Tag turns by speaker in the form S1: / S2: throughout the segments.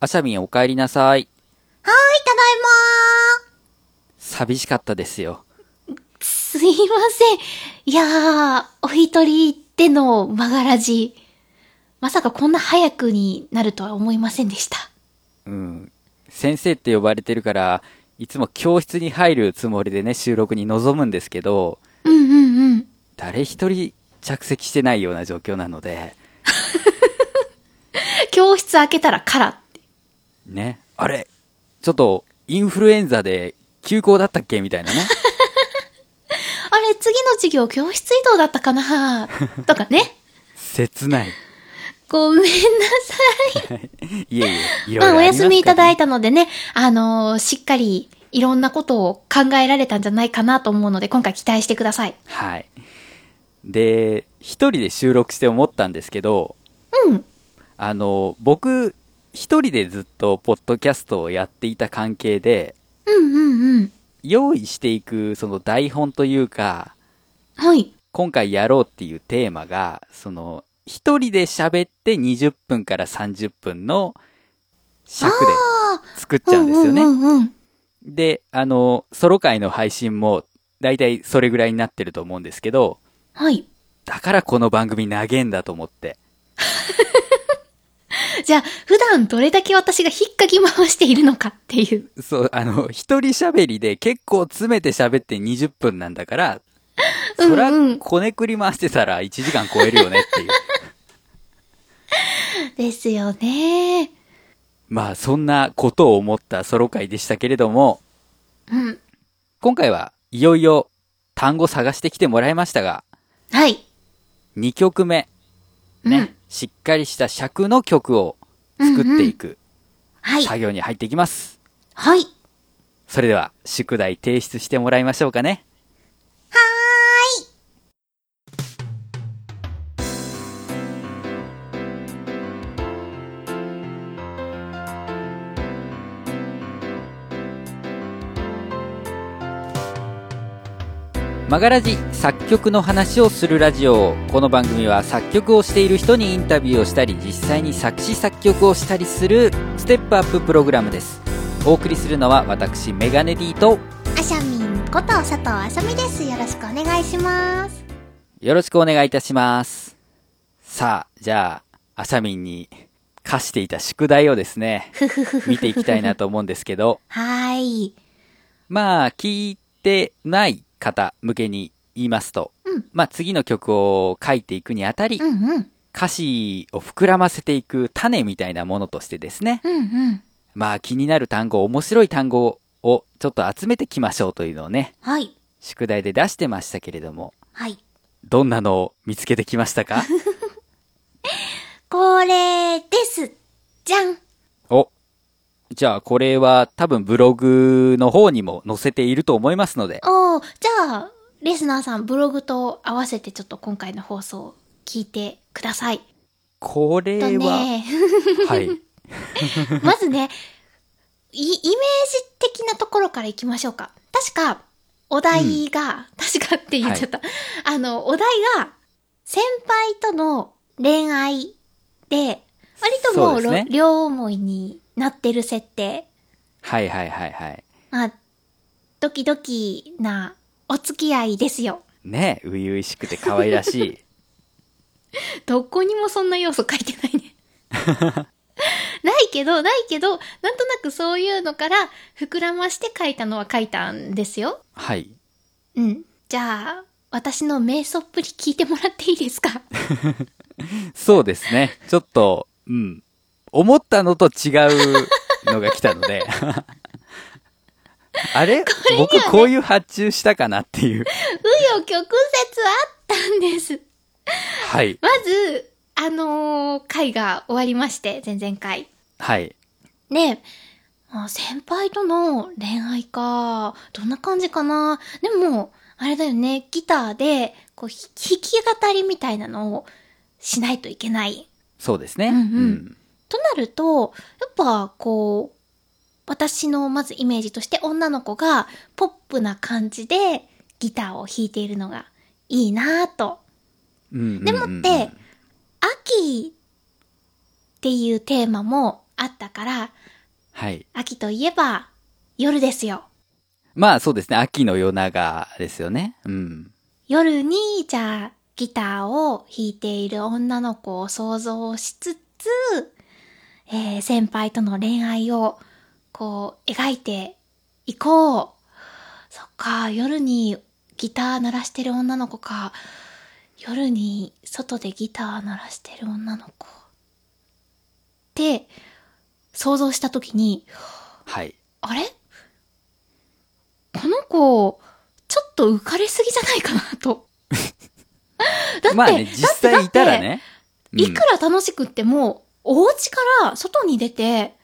S1: あしゃみんお帰りなさい。
S2: はーい、ただいま
S1: 寂しかったですよ。
S2: ーすいません。いやー、お一人での曲がらじ。まさかこんな早くになるとは思いませんでした。
S1: うん。先生って呼ばれてるから、いつも教室に入るつもりでね、収録に臨むんですけど、
S2: うんうんうん。
S1: 誰一人着席してないような状況なので、
S2: 教室開けたらカラって。
S1: ね。あれちょっと、インフルエンザで休校だったっけみたい なね。
S2: あれ、次の授業教室移動だったかな とかね。
S1: 切ない。
S2: ごめんなさ
S1: いえいえ、いろい
S2: い。
S1: ろ
S2: まあ、お
S1: りす
S2: 休みいただい
S1: た。
S2: たのでね、あのーしっかりいろんなことを考えられたんじゃないかなと思うので、今回期待してください。
S1: はい。で、一人で収録して思ったんですけど、
S2: うん。
S1: あの、僕、一人でずっとポッドキャストをやっていた関係で、
S2: うんうんうん。
S1: 用意していくその台本というか、
S2: はい。
S1: 今回やろうっていうテーマが、その、一人で喋って20分から30分の尺で
S2: あ
S1: 作っ
S2: あ、
S1: ちゃうんですよね
S2: う。んうんうんうん。
S1: で、あの、ソロ回の配信も、だいたいそれぐらいになってると思うんですけど、
S2: はい。
S1: だからこの番組長えんだと思って。
S2: じゃあ、普段どれだけ私が引っかき回しているのかっていう。
S1: そう、あの、一人喋りで結構詰めて喋って20分なんだから、
S2: うんう
S1: そ
S2: ん
S1: ら、こねくり回してたら1時間超えるよねっていう。
S2: ですよね。
S1: まあ、そんなことを思ったソロ回でしたけれども、
S2: うん。
S1: 今回はいよいよ単語探してきてもらいましたが、
S2: はい。
S1: 2曲目、ね、
S2: うん
S1: しっかりした尺の曲を作っていく
S2: はい。
S1: 作業に入っていきます。
S2: はい。
S1: それでは、宿題提出してもらいましょうかね。マガラジ作曲の話をするラジオこの番組は作曲をしている人にインタビューをしたり実際に作詞作曲をしたりするステップアッププログラムですお送りするのは私メガネディと
S2: あしゃみんこと佐藤あさみです。よろしくお願いします。
S1: よろしくお願いいたしますさあじゃああさみんに課していた宿題をです ね見ていきたいなと思うんですけど
S2: はーい。
S1: まあ聞いてない方向けに言いますと、
S2: うん
S1: まあ次の曲を書いていくにあたり、
S2: うんうん。
S1: 歌詞を膨らませていく種みたいなものとしてですね、
S2: うんうん。
S1: まあ気になる単語、面白い単語をちょっと集めてきましょうというのをね、
S2: はい。
S1: 宿題で出してましたけれども、
S2: はい。
S1: どんなのを見つけてきましたか
S2: これです。じゃん。
S1: お、じゃあこれは多分ブログの方にも載せていると思いますので、
S2: おー、じゃあ、レスナーさんブログと合わせてちょっと今回の放送を聞いてください。
S1: こ
S2: え
S1: れは、
S2: ね、
S1: はい、
S2: まずね、いイメージ的なところからいきましょうか。確か、お題が、確かって言っちゃった。あの、お題が、先輩との恋愛で、割とも
S1: そう
S2: う
S1: ですね
S2: ろ両思いになってる設定。
S1: はいはいはいはい。
S2: まあ、ドキドキなお付き合いですよ。
S1: ねえ、初々しくて可愛らしい。
S2: どこにもそんな要素書いてないね。 ないけど、ないけど、なんとなくそういうのから膨らまして書いたのは書いたんですよ。
S1: はい。
S2: うん。じゃあ、私の瞑想っぷり聞いてもらっていいですか
S1: そうですね。ちょっと、うん。思ったのと違うのが来たので。 あれ、僕こういう発注したかなっていう。
S2: 紆余曲折あったんです。
S1: はい。
S2: まず、あのー回が終わりまして、前々回。
S1: はい。
S2: ねあ先輩との恋愛か。どんな感じかな。でも、あれだよね、ギターで、こう、ひ弾き語りみたいなのをしないといけない
S1: そうですね。
S2: うんうんとなると、やっぱこう、私のまずイメージとして女の子がポップな感じでギターを弾いているのがいいなぁと。
S1: うん。うんうんうん
S2: でもって、秋っていうテーマもあったから、
S1: はい。
S2: 秋といえば夜ですよ。
S1: まあそうですね、秋の夜長ですよね。うん。
S2: 夜に、じゃあ、ギターを弾いている女の子を想像しつつ、えー先輩との恋愛を、こう、描いていこう。そっか、夜にギター鳴らしてる女の子か。夜に外でギター鳴らしてる女の子。って、想像したときに、
S1: はい。
S2: あれこの子、ちょっと浮かれすぎじゃないかな と。だって、
S1: まあね、実際いたら
S2: だって
S1: ね。
S2: だっていくら楽しくっても、お家から外に出て、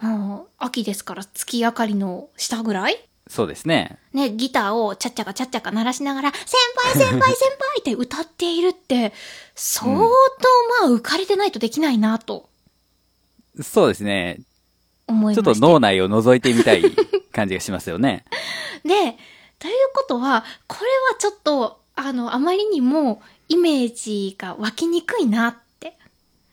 S2: もう、秋ですから月明かりの下ぐらい
S1: うんそうですね。
S2: ね、ギターをちゃっちゃかちゃっちゃか鳴らしながら、先 輩先輩先輩って歌っているって、相当まあ浮かれてないとできないなと
S1: そうですね。
S2: 思い
S1: ちょ
S2: ま
S1: っ
S2: した
S1: と。脳内を覗いてみたい感じがしますよね。
S2: で、ということは、これはちょっと、あの、あまりにもイメージが湧きにくいなって。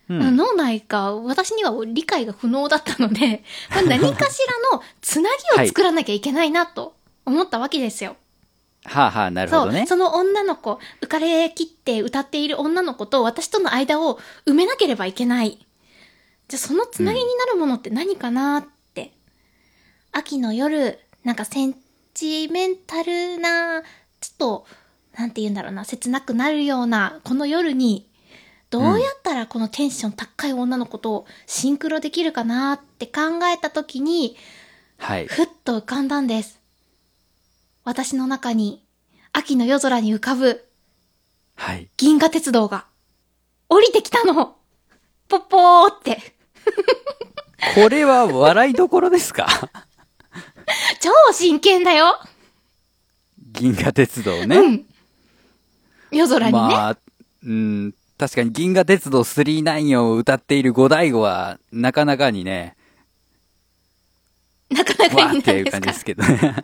S1: うん。
S2: 脳内が私には理解が不能だったので、まあ、何かしらのつなぎを作らなきゃいけないなと思ったわけですよ。
S1: はあはあ、なるほどね。
S2: そう、その女の子、浮かれきって歌っている女の子と私との間を埋めなければいけない。じゃあそのつなぎになるものって何かなって。秋の夜、なんかセンチメンタルな、ちょっと、なんて言うんだろうな、切なくなるような、この夜に、どうやったらこのテンション高い女の子とシンクロできるかなって考えたときに、
S1: はい。
S2: ふっと浮かんだんです。私の中に、秋の夜空に浮かぶ
S1: はい。
S2: 銀河鉄道が、降りてきたのポッポーって。
S1: これは笑いどころですか
S2: 超真剣だよ、
S1: 銀河鉄道ね。
S2: うん。夜空にね。
S1: まあ、うん、確かに銀河鉄道39を歌っている五大悟は、なかなかにね、
S2: なかな
S1: わ
S2: か
S1: ー
S2: いい
S1: っ
S2: な
S1: てい
S2: いうで
S1: 感
S2: す
S1: じ
S2: か
S1: で。すけどね。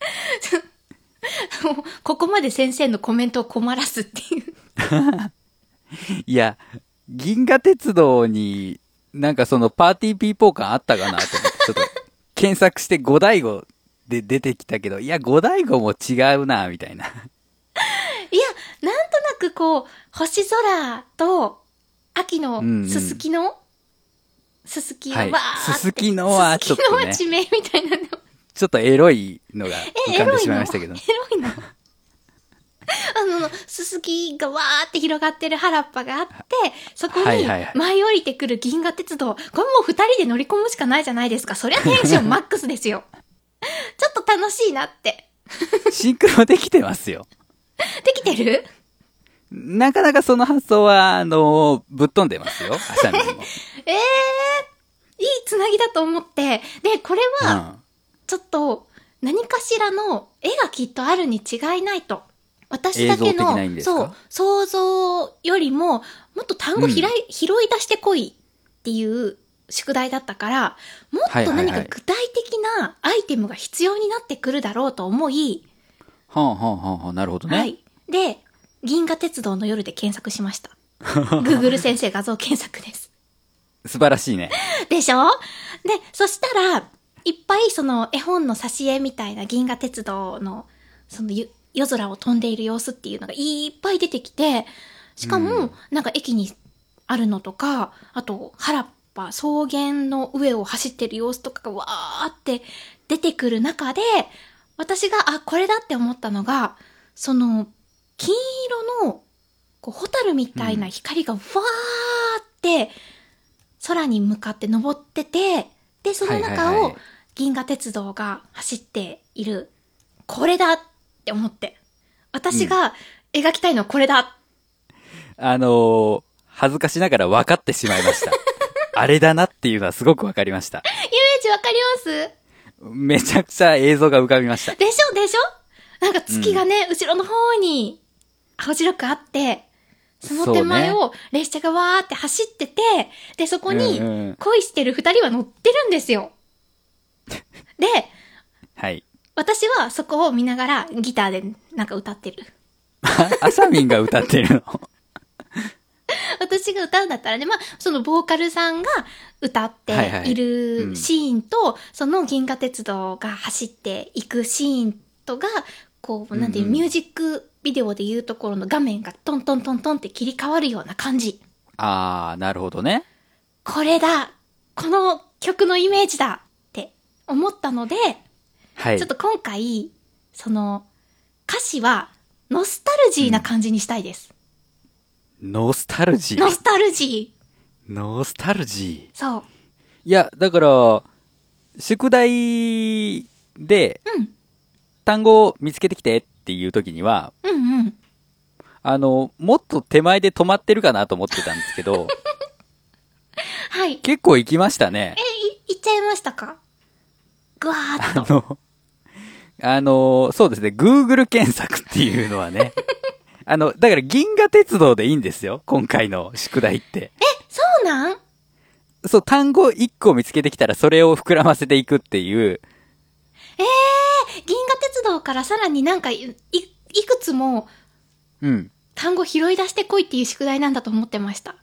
S2: もうここまで先生のコメントを困らすっていう。
S1: いや、銀河鉄道に、なんかそのパーティーピーポー感あったかなと思って、ちょっと 検索して五大悟で出てきたけど、いや、五大悟も違うな、みたいな。
S2: いや、なんとなくこう、星空と、秋の
S1: うんうん
S2: すすきの、すすきをわ
S1: は
S2: ー
S1: い
S2: って、
S1: すすきのはちょっとね
S2: すすきのは地名みたいなの。
S1: ちょっとエロいのが浮
S2: え、
S1: か
S2: エ
S1: んで
S2: ロい
S1: し
S2: の
S1: まいましたけど
S2: エ。ロいの あの、すすきがわーって広がってる原っぱがあって、そこに
S1: はいはいはい
S2: 舞い降りてくる銀河鉄道、これもう二人で乗り込むしかないじゃないですか。そりゃテンションマックスですよ。 ちょっと楽しいなって。
S1: シンクロできてますよ。
S2: できてる
S1: なかなかその発想は、あのぶっ飛んでますよ、アシャミ ンも。
S2: ええー、いいつなぎだと思って。で、これ
S1: う
S2: は、
S1: ん
S2: ちょっと、何かしらの絵がきっとあるに違いないと。私だけ
S1: 映像的
S2: の
S1: な意味、ですか
S2: そう、想像よりも、もっと単語ひらい、拾い出してこいっていう宿題だったから、もっと
S1: はいはい
S2: 何
S1: はい
S2: か具体的なアイテムが必要になってくるだろうと思い、
S1: はあ、はあはあはあ、なるほどね。
S2: はい。で、銀河鉄道の夜で検索しました。Google 先生画像検索です。
S1: 素晴らしいね。
S2: でしょで、そしたら、いっぱいその絵本の挿絵みたいな銀河鉄道の、そのゆ夜空を飛んでいる様子っていうのがいっぱい出てきて、しか
S1: う
S2: も
S1: ん、
S2: なんか駅にあるのとか、あと、原っぱ草原の上を走ってる様子とかがわーって出てくる中で、私が、あ、これだって思ったのが、その、金色の、こう、ホタルみたいな光がわーって、空に向かって登ってて、で、その
S1: はいはい
S2: 中
S1: はい
S2: を銀河鉄道が走っている。これだって思って。私が描きたいのはこれだ、
S1: あのー恥ずかしながら分かってしまいま した。あれだなっていうのはすごく分かりました。
S2: イメージわかります
S1: めちゃくちゃ映像が浮かびました。
S2: でしょでしょなんか月がね、後ろの方に青白くあって、その手前
S1: そ
S2: を列車がわーって走ってて、で、そこ
S1: うんう
S2: に
S1: ん
S2: 恋してる二人は乗ってるんですよ。で、
S1: はい。
S2: 私はそこを見ながらギターでなんか歌ってる。
S1: アシャミンが歌ってるの。
S2: 私が歌うんだったらね、まあ、そのボーカルさんが歌って
S1: はいはい
S2: いうる
S1: ん
S2: シーンと、その銀河鉄道が走っていくシーンとが、こう、なんていう、
S1: うんうん
S2: ミュージックビデオでいうところの画面がトントントントンって切り替わるような感じ。
S1: あー、なるほどね。
S2: これだこの曲のイメージだって思ったので、
S1: はい。
S2: ちょっと今回、その、歌詞は、ノスタルジーな感じにしたいです。
S1: ノスタルジ
S2: ノ
S1: ー。
S2: スタルジ
S1: ノスタルジ
S2: ー。そう。
S1: ー。いや、だから、宿題で
S2: うん。
S1: 単語を見つけてきてっていう時には、
S2: うんうん。
S1: あの、もっと手前で止まってるかなと思ってたんですけ ど、
S2: はい。
S1: 結構行きましたね。
S2: い、いっちゃいましたかぐわーっ
S1: あの、あの、そうですね、Google 検索っていうのは ね、あの、だから銀河鉄道でいいんですよ、今回の宿題って。
S2: と。そうなん
S1: そう、単語1個見つけてきたらそれを膨らませていくっていう、
S2: 銀河鉄道からさらになんかい、いいくつも
S1: うん。
S2: 単語拾い出してこいっていう宿題なんだと思ってま した。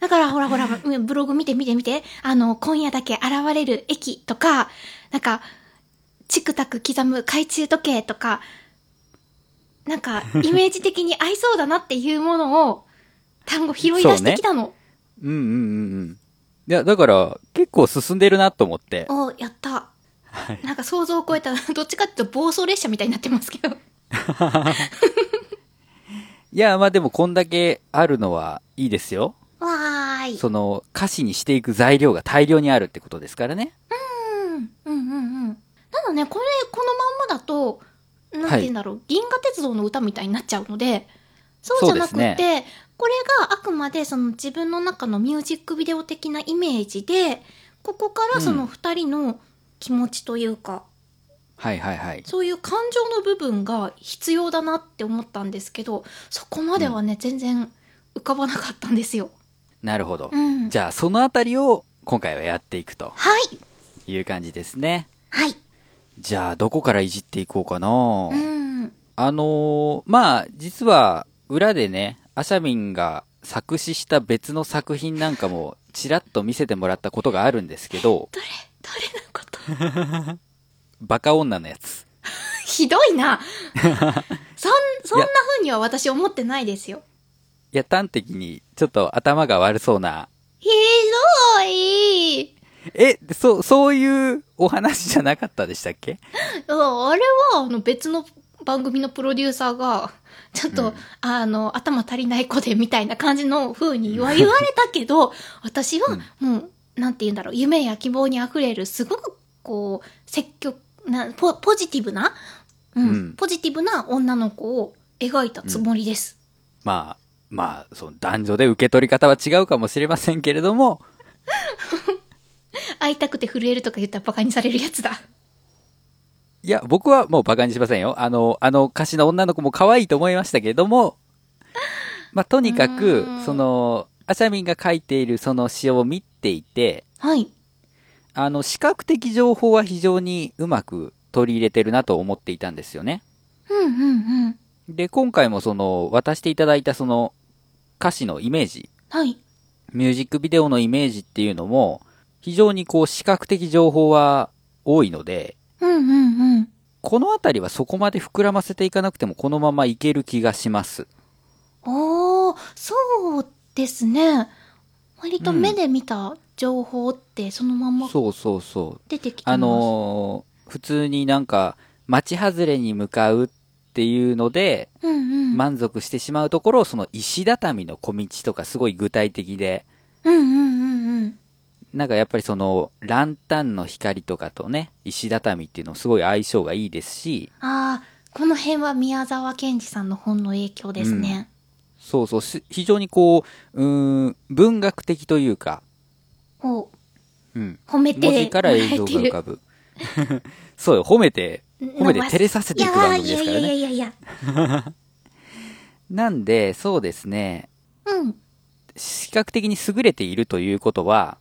S2: だからほらほら、うんブログ見て見て見て、あの、今夜だけ現れる駅とか、なんか、チクタク刻む懐中時計とか、なんか、イメージ的に合いそうだなっていうものを、単語拾い出してきたの。
S1: うんうんうんうん。いや、だから、結構進んでるなと思って。
S2: おやった。
S1: はい。
S2: なんか想像を超えた、どっちかっていうと暴走列車みたいになってますけど。
S1: いや、まあでもこんだけあるのはいいですよ。
S2: わーい。
S1: その、歌詞にしていく材料が大量にあるってことですからね。
S2: うん、うん、うん、うん。ただね、これ、このまんまだと、なんて言うんだろう、銀河鉄道の歌みたいになっちゃうので、そうじゃなくて、
S1: そうです
S2: これがあくまでその自分の中のミュージックビデオ的なイメージで、ここからそ
S1: うん
S2: の二人の気持ちというか、
S1: はいはいはい。
S2: そういう感情の部分が必要だなって思ったんですけど、そこまではね、全然浮かばなかったんですよ。
S1: なるほど。
S2: うん。
S1: じゃあ、そのあたりを今回はやっていくと
S2: はい。
S1: いう感じですね。
S2: はい。
S1: じゃあ、どこからいじっていこうかな、
S2: うん。
S1: あのーまあ、実は、裏でね、アシャミンが作詞した別の作品なんかも、ちらっと見せてもらったことがあるんですけど、
S2: どれ、どれのこと
S1: バカ女のやつ。
S2: ひどい な。そん、そんな風には私思ってないですよ。
S1: いや、端的に、ちょっと頭が悪そうな、
S2: ひどい。
S1: え、そう、そういうお話じゃなかったでしたっけ
S2: ああれは、あの別の番組のプロデューサーが、ちょっと、
S1: うん
S2: あの、頭足りない子でみたいな感じの風に言わ言われたけど、私はもう、なんて言うんだろう、夢や希望に溢れる、すごくこう、積極なポ、ポジティブな、うん、
S1: うん
S2: ポジティブな女の子を描いたつもりです。
S1: まあ、まあ、その男女で受け取り方は違うかもしれませんけれども、
S2: 会いたくて震えるとか言ったらバカにされるやつだ。
S1: いや、僕はもうバカにしませんよ。あの、あの歌手の女の子も可愛いと思いましたけれど も、まあ、とにか
S2: う
S1: く
S2: ーん、
S1: その、アシャミンが書いているその詩を見ていて、
S2: はい。
S1: あの、視覚的情報は非常にうまく取り入れてるなと思っていたんですよね。
S2: うんうんうん。
S1: で、今回もその、渡していただいたその、歌詞のイメージ、
S2: はい。
S1: ミュージックビデオのイメージっていうのも、非常にこう、視覚的情報は多いので、
S2: うんうんうん。
S1: このあたりはそこまで膨らませていかなくてもこのままいける気がします。
S2: おー、そうですね。割と目で見た情報ってそのまま
S1: そうそうそう。
S2: 出てきてます。
S1: あのー普通になんか、町外れに向かうっていうので、
S2: うんうん。
S1: 満足してしまうところを、その石畳の小道とかすごい具体的で、
S2: うんうんうんうん。
S1: なんかやっぱりその、ランタンの光とかとね、石畳っていうのすごい相性がいいですし、
S2: あー、この辺は宮沢賢治さんの本の影響ですね。
S1: そうそう、し非常にこう、うーん、文学的というか、
S2: お
S1: うん、
S2: 褒めて
S1: 文字から映像が浮かぶ。 そうよ、褒めて、褒めて照れさせていく番組ですから
S2: いや
S1: ね。
S2: いやいやいやいや。
S1: なんで、そうですね、
S2: うん。
S1: 視覚的に優れているということは、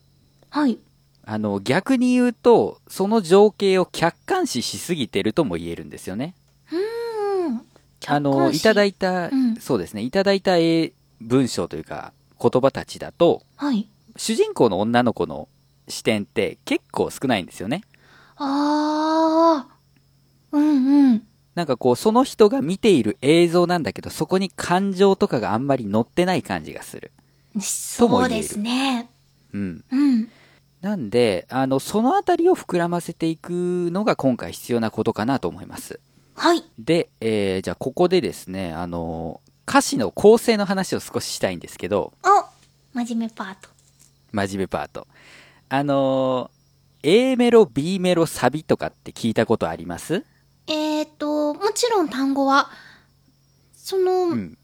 S2: はい。
S1: あの、逆に言うと、その情景を客観視しすぎてるとも言えるんですよね。
S2: うん。
S1: あの、いただいた、
S2: うん
S1: そうですね、いただいたえ文章というか言葉たちだと、
S2: はい。
S1: 主人公の女の子の視点って結構少ないんですよね。
S2: ああ。うんうん。
S1: なんかこう、その人が見ている映像なんだけど、そこに感情とかがあんまり載ってない感じがする。とも
S2: そう
S1: 言える
S2: ですね。
S1: うん。
S2: うん。
S1: なんで、あの、そのあたりを膨らませていくのが今回必要なことかなと思います。
S2: はい。
S1: で、えー、じゃあここでですね、あの、歌詞の構成の話を少ししたいんですけど、
S2: お真面目パート。
S1: 真面目パート。あの、A メロ、B メロ、サビとかって聞いたことあります
S2: えっ、ー、と、もちろん単語は、その、
S1: うん。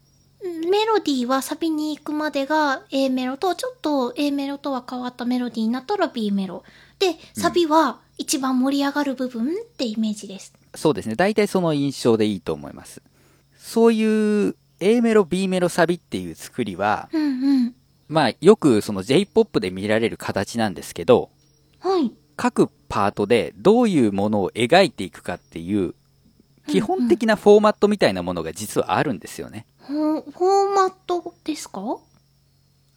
S2: メロディーはサビに行くまでが A メロと、ちょっと A メロとは変わったメロディーになったら B メロ。で、サビは一番盛り上がる部分ってイメージです。
S1: そうですね。大体その印象でいいと思います。そういう A メロ、B メロ、サビっていう作りは、
S2: うんうん。
S1: まあよくその J-POP で見られる形なんですけど、
S2: はい。
S1: 各パートでどういうものを描いていくかっていう、基本的なフォーマットみたいなものが実はあるんですよね。
S2: ほフォーマットですか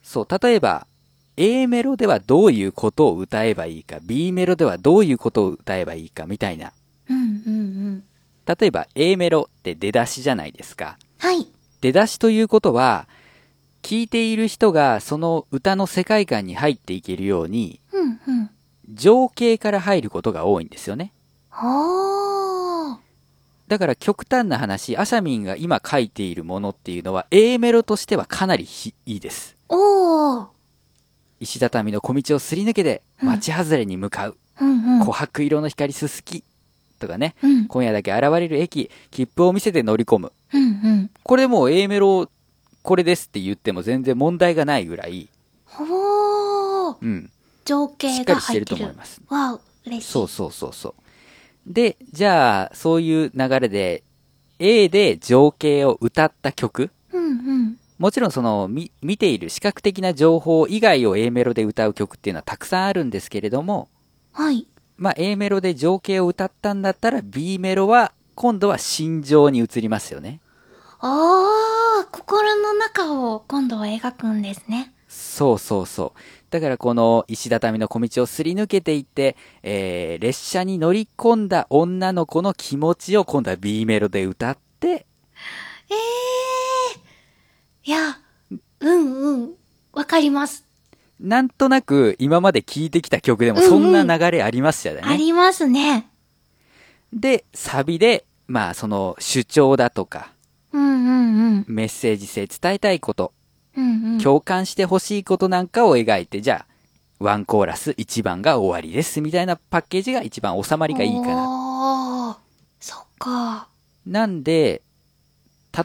S1: そう、例えば、A メロではどういうことを歌えばいいか、B メロではどういうことを歌えばいいかみたいな。
S2: うんうんうん。
S1: 例えば A メロって出だしじゃないですか。
S2: はい。
S1: 出だしということは、聴いている人がその歌の世界観に入っていけるように、
S2: うんうん。
S1: 情景から入ることが多いんですよね。
S2: はあ。
S1: だから極端な話、アシャミンが今書いているものっていうのは A メロとしてはかなりひいいです。
S2: おー。
S1: 石畳の小道をすり抜けて、
S2: うん
S1: 街外れに向かう。
S2: うんうん
S1: 琥。珀色の光すすき。とかね。
S2: うん
S1: 今夜だけ現れる駅、切符を見せて乗り込む。
S2: うんうん。
S1: これもう A メロ、これですって言っても全然問題がないぐらい、
S2: ほー。
S1: うん。
S2: 情
S1: し
S2: 景
S1: っか
S2: が
S1: りして
S2: 入っ
S1: ると
S2: てる。
S1: 思います。
S2: わあ、嬉しい。
S1: そうそうそうそう。で、じゃあ、そういう流れで、A で情景を歌った曲、
S2: うんうん。
S1: もちろんその、み見ている視覚的な情報以外を A メロで歌う曲っていうのはたくさんあるんですけれども、
S2: はい。
S1: まあ A メロで情景を歌ったんだったら B メロは今度は心情に移りますよね。
S2: あー、心の中を今度は描くんですね。
S1: そうそうそう。だからこの石畳の小道をすり抜けていって、えー、列車に乗り込んだ女の子の気持ちを今度は B メロで歌って、
S2: えー。いや、うんうん。わかります。
S1: なんとなく今まで聴いてきた曲でもそんな流れありましたよね。
S2: ありますね。
S1: で、サビで、まあその主張だとか、
S2: うんうんうん。
S1: メッセージ性伝えたいこと、
S2: うんうん。
S1: 共感してほしいことなんかを描いて、じゃあ、ワンコーラス1番が終わりですみたいなパッケージが一番収まりがいいかな。
S2: な。おー。そっか。
S1: なんで、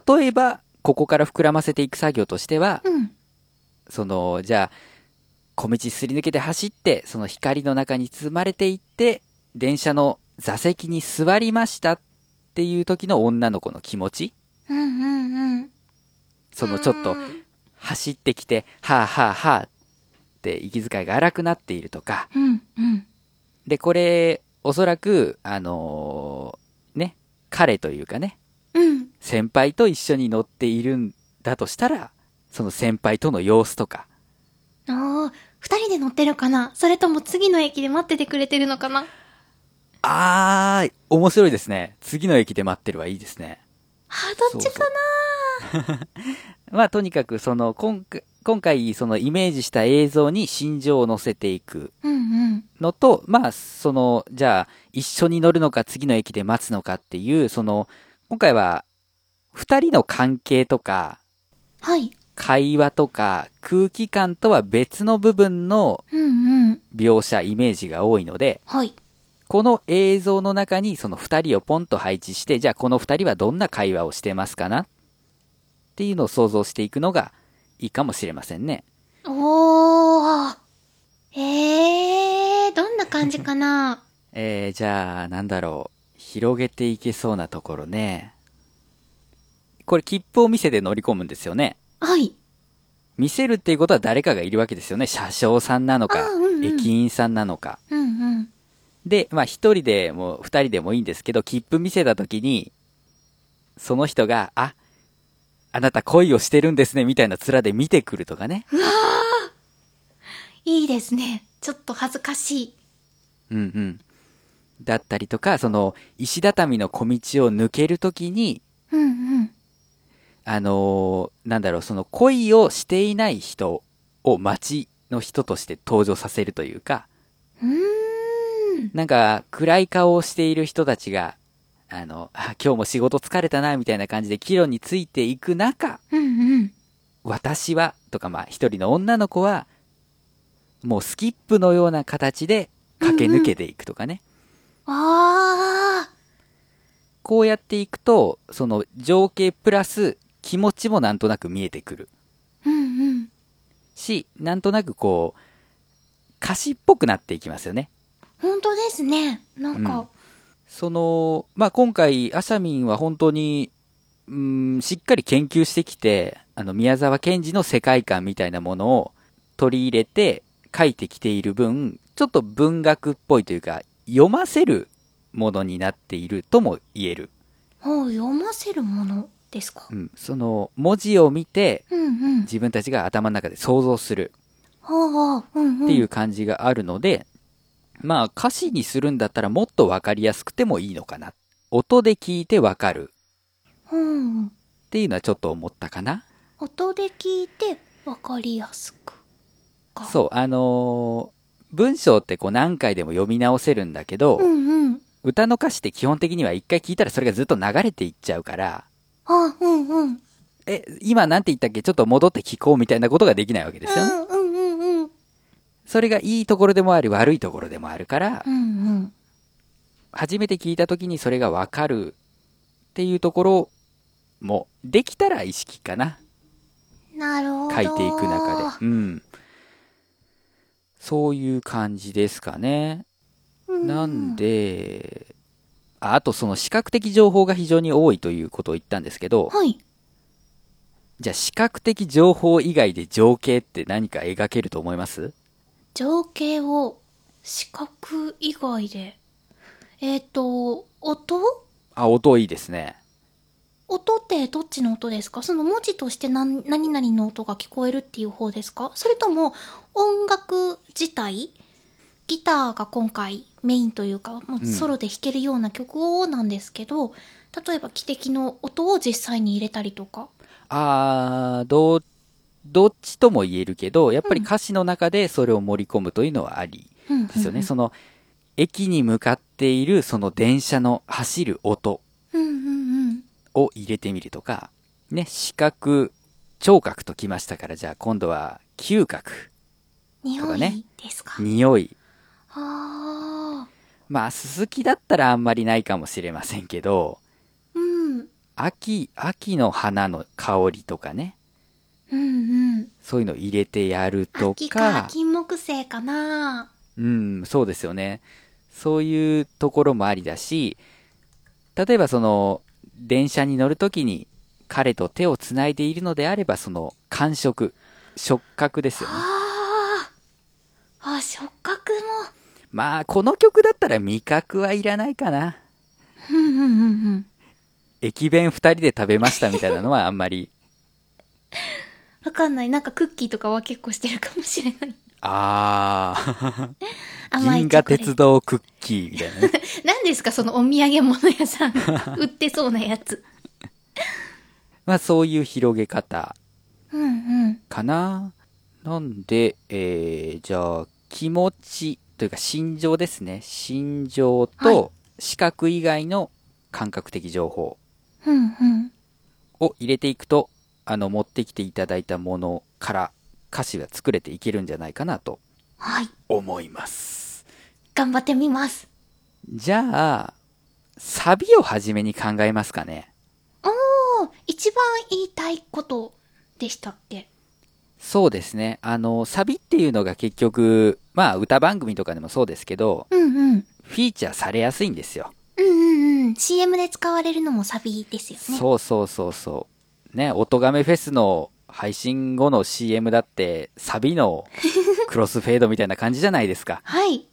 S1: 例えば、ここから膨らませていく作業としては、
S2: うん。
S1: その、じゃあ、小道すり抜けて走って、その光の中に包まれていって、電車の座席に座りましたっていう時の女の子の気持ち、
S2: うんうんうん。
S1: そのちょっと
S2: うん
S1: 走ってきて、はあはあはあって息遣いが荒くなっているとか、
S2: うんうん。
S1: で、これ、おそらく、あのーね、彼というかね、
S2: うん。
S1: 先輩と一緒に乗っているんだとしたら、その先輩との様子とか、
S2: ああ、二人で乗ってるかなそれとも次の駅で待っててくれてるのかな
S1: あー、面白いですね。次の駅で待ってるはいいですね。
S2: あー、どっちかな
S1: まあ、とにかく、その、今回、今回、そのイメージした映像に心情を乗せていく
S2: うん
S1: のと、まあ、その、じゃあ、一緒に乗るのか次の駅で待つのかっていう、その、今回は、二人の関係とか、
S2: はい。
S1: 会話とか空気感とは別の部分の
S2: うんうん。
S1: 描写、イメージが多いので、
S2: はい。
S1: この映像の中にその2人をポンと配置して、じゃあこの2人はどんな会話をしてますかなっていうのを想像していくのがいいかもしれませんね。
S2: おー。えー、どんな感じかな
S1: えー、じゃあ、なんだろう。広げていけそうなところね。これ、切符を見せて乗り込むんですよね。
S2: はい。
S1: 見せるっていうことは誰かがいるわけですよね。車掌さんなのか
S2: あ、うんうん
S1: 駅員さんなのか。
S2: うんうん。
S1: で、まあ一人でも二人でもいいんですけど、切符見せた時に、その人が、あ、あなた恋をしてるんですね、みたいな面で見てくるとかね。
S2: いいですね。ちょっと恥ずかしい。
S1: うんうん。だったりとか、その、石畳の小道を抜けるときに、
S2: うんうん。
S1: あのーなんだろう、その恋をしていない人を街の人として登場させるというか、
S2: うーん。
S1: なんか暗い顔をしている人たちが、あの、あ今日も仕事疲れたな、みたいな感じで帰路についていく中、
S2: うんうん。
S1: 私は、とかまあ一人の女の子は、もうスキップのような形で駆け抜けていくとかね。
S2: ああ。
S1: こうやっていくと、その情景プラス気持ちもなんとなく見えてくる。
S2: うんうん。
S1: し、なんとなくこう、歌詞っぽくなっていきますよね。
S2: 本当ですね。なんか。
S1: その、まあ、今回、アシャミンは本当に、うーん、しっかり研究してきて、あの、宮沢賢治の世界観みたいなものを取り入れて書いてきている分、ちょっと文学っぽいというか、読ませるものになっているとも言える。
S2: 本を読ませるものですか
S1: う。ん、その、文字を見て、
S2: うんうん。
S1: 自分たちが頭の中で想像する。
S2: ほうほう。うんうん。
S1: っていう感じがあるので、まあ歌詞にするんだったらもっとわかりやすくてもいいのかな。音で聞いてわかる
S2: うんうん。
S1: っていうのはちょっと思ったかな。
S2: 音で聞いてわかりやすく。か
S1: そう、あのー文章ってこう何回でも読み直せるんだけど、
S2: うんうん。
S1: 歌の歌詞って基本的には一回聞いたらそれがずっと流れていっちゃうから、
S2: あ、うんうん。
S1: え、今なんて言ったっけちょっと戻って聞こうみたいなことができないわけですよね。
S2: うんうんうんうん。
S1: それがいいところでもあり悪いところでもあるから
S2: う、んうん。
S1: 初めて聞いた時にそれがわかるっていうところもできたら意識かな
S2: なるほど。
S1: 書いていく中で、うん、そういう感じですかね、
S2: うう
S1: なん。でああとその視覚的情報が非常に多いということを言ったんですけど
S2: はい。
S1: じゃあ視覚的情報以外で情景って何か描けると思います
S2: 情景を視覚以外で。えっ、と、音
S1: あ音いいですね
S2: 音ってどっちの音ですかその文字として何何々の音が聞こえるっていう方ですかそれとも音楽自体ギターが今回メインというかもうソロで弾けるような曲をなんですけど、例えば汽笛の音を実際に入れたりとか。
S1: あーどうどっちとも言えるけどやっぱり歌詞の中でそれを盛り込むというのはあり、
S2: うん
S1: ですよね、
S2: うん
S1: その駅に向かっているその電車の走る音
S2: うんうんうん。
S1: を入れてみるとか、ね、視覚聴覚ときましたからじゃあ今度は嗅覚
S2: 匂
S1: かね
S2: いですか。
S1: 匂い
S2: ああ。
S1: まあ鈴木だったらあんまりないかもしれませんけど
S2: うん。うん
S1: 秋秋の花の香りとかね
S2: うん。
S1: そういうの入れてやると
S2: 秋か金木犀かな。
S1: うん、そうですよね。そういうところもありだし、例えばその、電車に乗るときに彼と手をつないでいるのであれば、その感触、触覚ですよね。
S2: ああ。あ、触覚も。
S1: まあ、この曲だったら味覚はいらないかな。
S2: うんうんうんうん。
S1: 駅弁二人で食べましたみたいなのはあんまり。
S2: わかんない。なんかクッキーとかは結構してるかもしれない。
S1: ああ、
S2: 甘い
S1: 銀
S2: チ
S1: 河
S2: ョコレ
S1: 鉄
S2: ート。
S1: 道クッキーみたいなね。
S2: 何ですかそのお土産物屋 さん。売ってそうなやつ。
S1: まあ、そういう広げ方
S2: うんうん。
S1: かな。なんで、えー、じゃあ、気持ちというか心情ですね。心情
S2: はい
S1: と視覚以外の感覚的情報
S2: うんうん。
S1: を入れていくと、あの、持ってきていただいたものから歌詞が作れていけるんじゃないかなと
S2: はい。
S1: 思います。
S2: 頑張ってみます。
S1: じゃあ、サビを初めに考えますかね。
S2: おー一番言いたいことでしたっけ
S1: そうですね。あの、サビっていうのが結局、まあ歌番組とかでもそうですけど、
S2: うんうん。
S1: フィーチャーされやすいんですよ。
S2: うんうんうん。CM で使われるのもサビですよね。
S1: そうそうそうそう。ね、音亀フェスの配信後の CM だって、サビのクロスフェードみたいな感じじゃないですか。
S2: はい。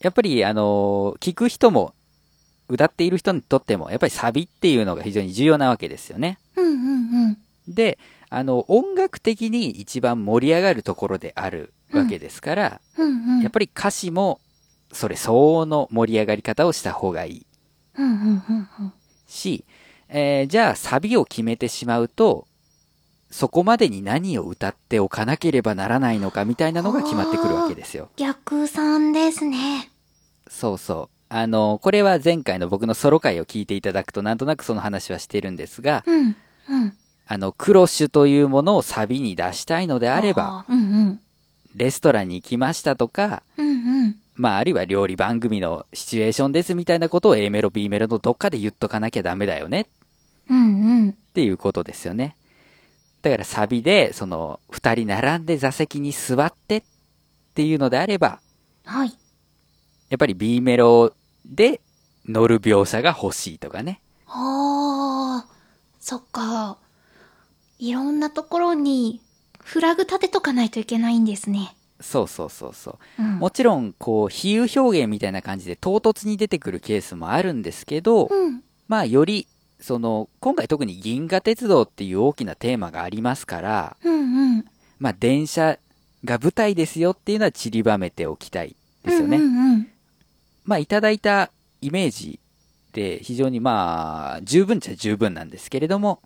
S1: やっぱり、あのー聞く人も、歌っている人にとっても、やっぱりサビっていうのが非常に重要なわけですよね。
S2: うんうんうん。
S1: で、あの、音楽的に一番盛り上がるところであるわけですから、
S2: うんうん。
S1: やっぱり歌詞もそれ相応の盛り上がり方をした方がいい
S2: うんうんうんうん。
S1: し、えーじゃあサビを決めてしまうと、そこまでに何を歌っておかなければならないのかみたいなのが決まってくるわけですよ。
S2: 逆算ですね。
S1: そうそう。あの、これは前回の僕のソロ回を聞いていただくとなんとなくその話はしてるんですが、
S2: うん。うん。
S1: あの、クロッシュというものをサビに出したいのであれば、
S2: あー。うんうん。
S1: レストランに行きましたとか、
S2: うんうん。
S1: まあ、あるいは料理番組のシチュエーションですみたいなことを A メロ、B メロのどっかで言っとかなきゃダメだよねっ
S2: うんうん。
S1: ていうことですよね。だからサビで、その、二人並んで座席に座ってっていうのであれば、
S2: はい。
S1: やっぱり B メロで乗る描写が欲しいとかね。
S2: ああ、そっか。いろんなところにフラグ立てとかないといけないんですね。
S1: そうそうそうそう。
S2: うん。
S1: もちろん、こう、比喩表現みたいな感じで唐突に出てくるケースもあるんですけど、
S2: うん。
S1: まあ、より、その、今回特に銀河鉄道っていう大きなテーマがありますから、
S2: うんうん。
S1: まあ、電車が舞台ですよっていうのは散りばめておきたいですよね。
S2: うんうんうん。
S1: まあ、いただいたイメージで非常にまあ、十分っちゃ十分なんですけれども、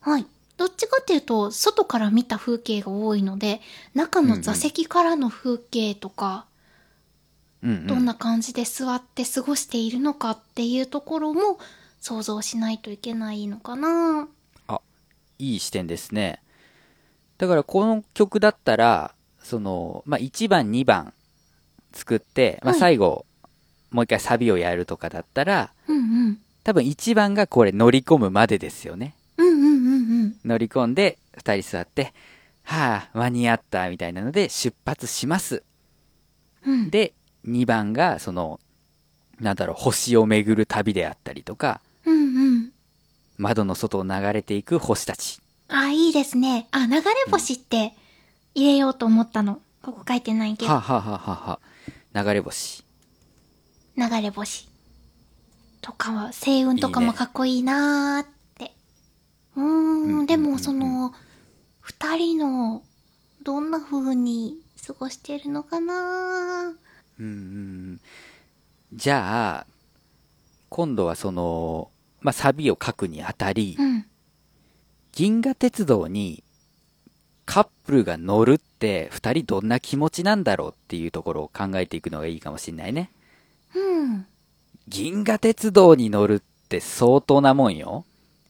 S2: はい。どっちかっていうと、外から見た風景が多いので、中の座席からの風景とか、
S1: うんうん
S2: どんな感じで座って過ごしているのかっていうところも想像しないといけないのかな。
S1: いい視点ですね。だからこの曲だったら、その、まあ、1番、2番作って、まあ、
S2: はい
S1: 最後、もう一回サビをやるとかだったら、
S2: うんうん。
S1: 多分1番がこれ乗り込むまでですよね。
S2: うんうんうんうん。
S1: 乗り込んで2人座って「はあ間に合った」みたいなので出発します
S2: うん、
S1: で2番がそのなんだろう星を巡る旅であったりとか
S2: うんうん。
S1: 窓の外を流れていく星たち
S2: あ、いいですね。あ、流れ星って入れようと思ったの。ここ書いてないけ
S1: は
S2: ど
S1: あ、。はあはあはあ、流れ星
S2: 流れ星。とかは、星雲とかもかっこいいなーって。うー、
S1: うんん
S2: で
S1: うんうんう
S2: も
S1: ん
S2: その、二人の、どんな風に過ごしてるのかなー
S1: うんうんじゃあ今度はその、まあ、サビを書くにあたり
S2: うん。
S1: 銀河鉄道にカップルが乗るって2人どんな気持ちなんだろうっていうところを考えていくのがいいかもしれないね
S2: うん。
S1: 銀河鉄道に乗るって相当なもんよ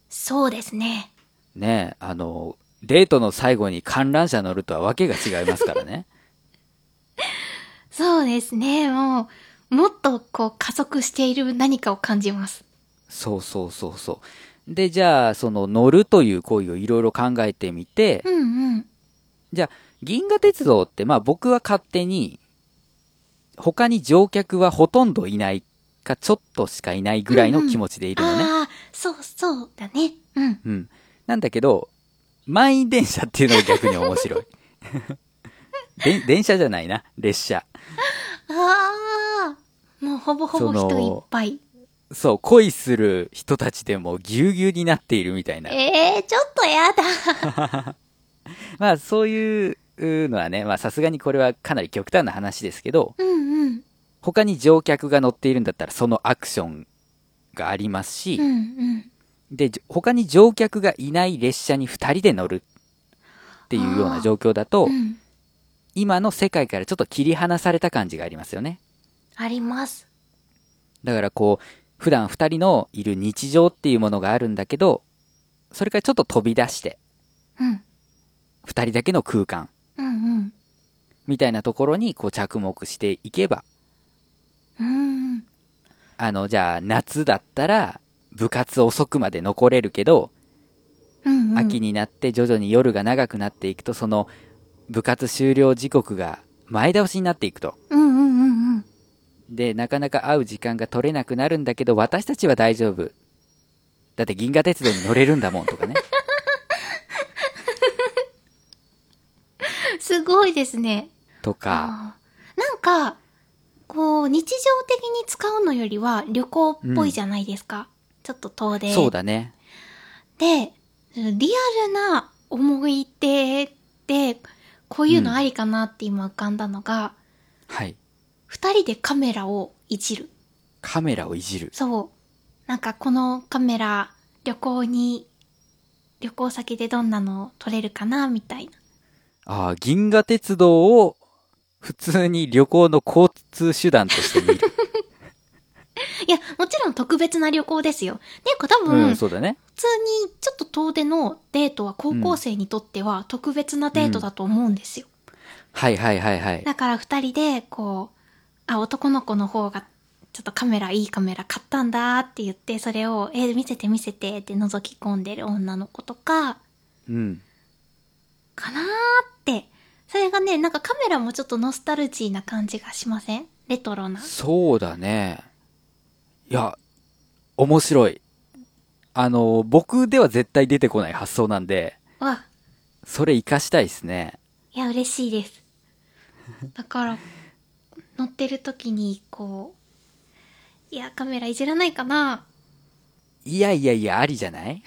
S2: そうですね。
S1: ねえあのデートの最後に観覧車乗るとはわけが違いますから ね
S2: そうですね。もう、もっとこう加速している何かを感じます。
S1: そうそうそうそうでじゃあその乗るという行為をいろいろ考えてみて
S2: うんうん。
S1: じゃあ銀河鉄道ってまあ僕は勝手に他に乗客はほとんどいないかちょっとしかいないぐらいの気持ちでいるのね、
S2: ああ、そうそうだね。うん。
S1: うん。なんだけど、満員電車っていうのが逆に面 白い。 で電車じゃないな、列車。
S2: ああ、もうほぼほぼ人いっぱい。
S1: そう、恋する人たちでもぎゅうぎゅうになっているみたいな。
S2: ええー、ちょっとやだ。
S1: まあそういうのはね、まあさすがにこれはかなり極端な話ですけど、
S2: うんうん。
S1: 他に乗客が乗っているんだったらそのアクションがありますし、
S2: うんうん。
S1: で、じょ他に乗客がいない列車に二人で乗るっていうような状況だと、
S2: うん。
S1: 今の世界からちょっと切り離された感じがありますよね。
S2: あります。
S1: だからこう、普段二人のいる日常っていうものがあるんだけど、それからちょっと飛び出して、
S2: うん。
S1: 二人だけの空間
S2: うん
S1: みたいなところにこう着目していけば、
S2: うん。うん。
S1: あの、じゃあ夏だったら部活遅くまで残れるけど、
S2: うん、うん。
S1: 秋になって徐々に夜が長くなっていくと、その部活終了時刻が前倒しになっていくと。
S2: うんうんうんうん。
S1: で、なかなか会う時間が取れなくなるんだけど、私たちは大丈夫。だって銀河鉄道に乗れるんだもんとか ね。
S2: すごいですね。
S1: とか、
S2: あーなんか、こう、日常的に使うのよりは旅行っぽいじゃないですか。ちょっと遠出。
S1: そうだね。
S2: で、リアルな思い出って、こういうのありかなって今浮かんだのが、
S1: はい。
S2: 二、人でカメラをいじる。
S1: カメラをいじる。
S2: そう。なんかこのカメラ、旅行に、旅行先でどんなの撮れるかな、みたいな。
S1: ああ、銀河鉄道を普通に旅行の交通手段として見る。
S2: いや、もちろん特別な旅行ですよ。て いうか多
S1: う
S2: 分、
S1: ん、そうだね。
S2: 普通にちょっと遠出のデートは高校生にとっては特別なデートだと思うんですよ。
S1: はいはいはいはい。
S2: だから二人で、こう、あ、男の子の方が、ちょっとカメラ、いいカメラ買ったんだって言って、それを、え、見せて見せてって覗き込んでる女の子とか、
S1: うん。
S2: かなーって。それがね、なんかカメラもちょっとノスタルジーな感じがしませんレトロな。
S1: そうだね。いや、面白い。あの、僕では絶対出てこない発想なんで、
S2: わ、
S1: それ活かしたいですね。
S2: いや、嬉しい です。だから、乗ってる時に、こう、いや、カメラいじらないかない
S1: やいやいや、ありじゃない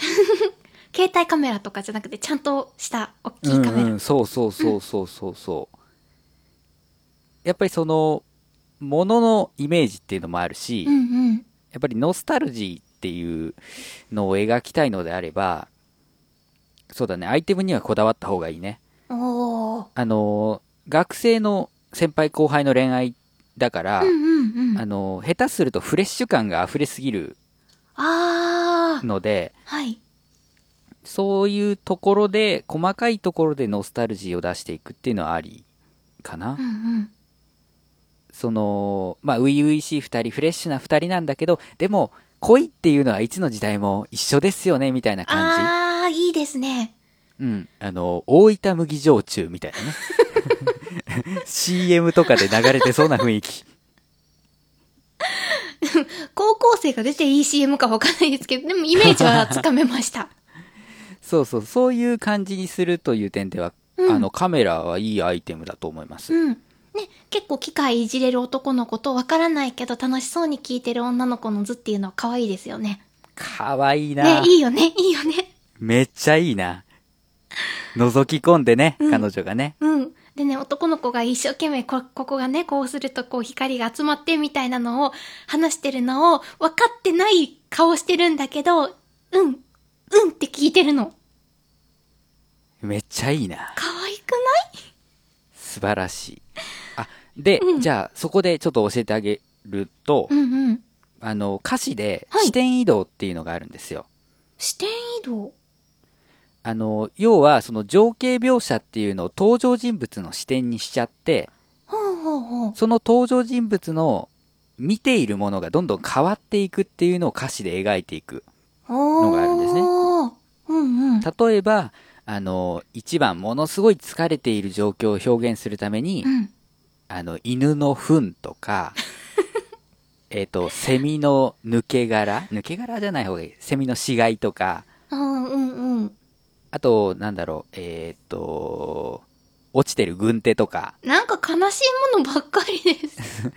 S2: 携帯カメラとかじゃなくて、ちゃんとした、大きいカメラ。
S1: うんうん、そうそうそうそうそうそう。やっぱりその、もののイメージっていうのもあるし、
S2: うんうん。
S1: やっぱりノスタルジーっていうのを描きたいのであれば、そうだね、アイテムにはこだわった方がいいね。
S2: おー。
S1: あの、学生の先輩後輩の恋愛だから、
S2: うんうんうん。
S1: あの、下手するとフレッシュ感が溢れすぎる
S2: あー。
S1: ので、
S2: はい。
S1: そういうところで、細かいところでノスタルジーを出していくっていうのはありかな。
S2: うんうん。
S1: その、まあ、初々しい二人、フレッシュな二人なんだけど、でも、恋っていうのはいつの時代も一緒ですよね、みたいな感
S2: あー、いいですね。
S1: じ。うん。あの、大分麦焼酎みたい なね。CM とかで流れてそうな雰囲気。
S2: 高校生が出ていい CM かわかんないですけど、でもイメージはつかめました。
S1: そうそう、そういう感じにするという点では、
S2: うん
S1: あの、カメラはいいアイテムだと思います。
S2: うん。ね、結構機械いじれる男の子とわからないけど楽しそうに聞いてる女の子の図っていうのは可愛いですよね。
S1: かわいいな、
S2: ね、いいよね、 いいよね。
S1: めっちゃいいな。覗き込んでね、
S2: うん
S1: 彼女がね。
S2: うん。でね、男の子が一生懸命こ、ここがね、こうするとこう光が集まってみたいなのを話してるのを分かってない顔してるんだけど、うん、うんって聞いてるの。
S1: めっちゃいいな。
S2: 可愛く
S1: 素晴らしい。あ、で、
S2: うん
S1: じゃあ、そこでちょっと教えてあげると、
S2: ないうんうん。
S1: あの、歌詞で
S2: はい
S1: 視点移動っていうのがあるんですよ。
S2: 視点移動。
S1: あの、要は、その情景描写っていうのを登場人物の視点にしちゃって、
S2: ほうほうほう。
S1: その登場人物の見ているものがどんどん変わっていくっていうのを歌詞で描いていく。
S2: お
S1: のがあるんですね
S2: うんうん。
S1: 例えば、あの、一番ものすごい疲れている状況を表現するために、
S2: うん。
S1: あの、犬の糞と か、えっと、セミの抜け殻抜け殻じゃない方がいい。セミの死骸とか、
S2: あーうんうん。
S1: あと、なんだろう、えっと、落ちてる軍手とか、
S2: なんか悲しいものばっかり です。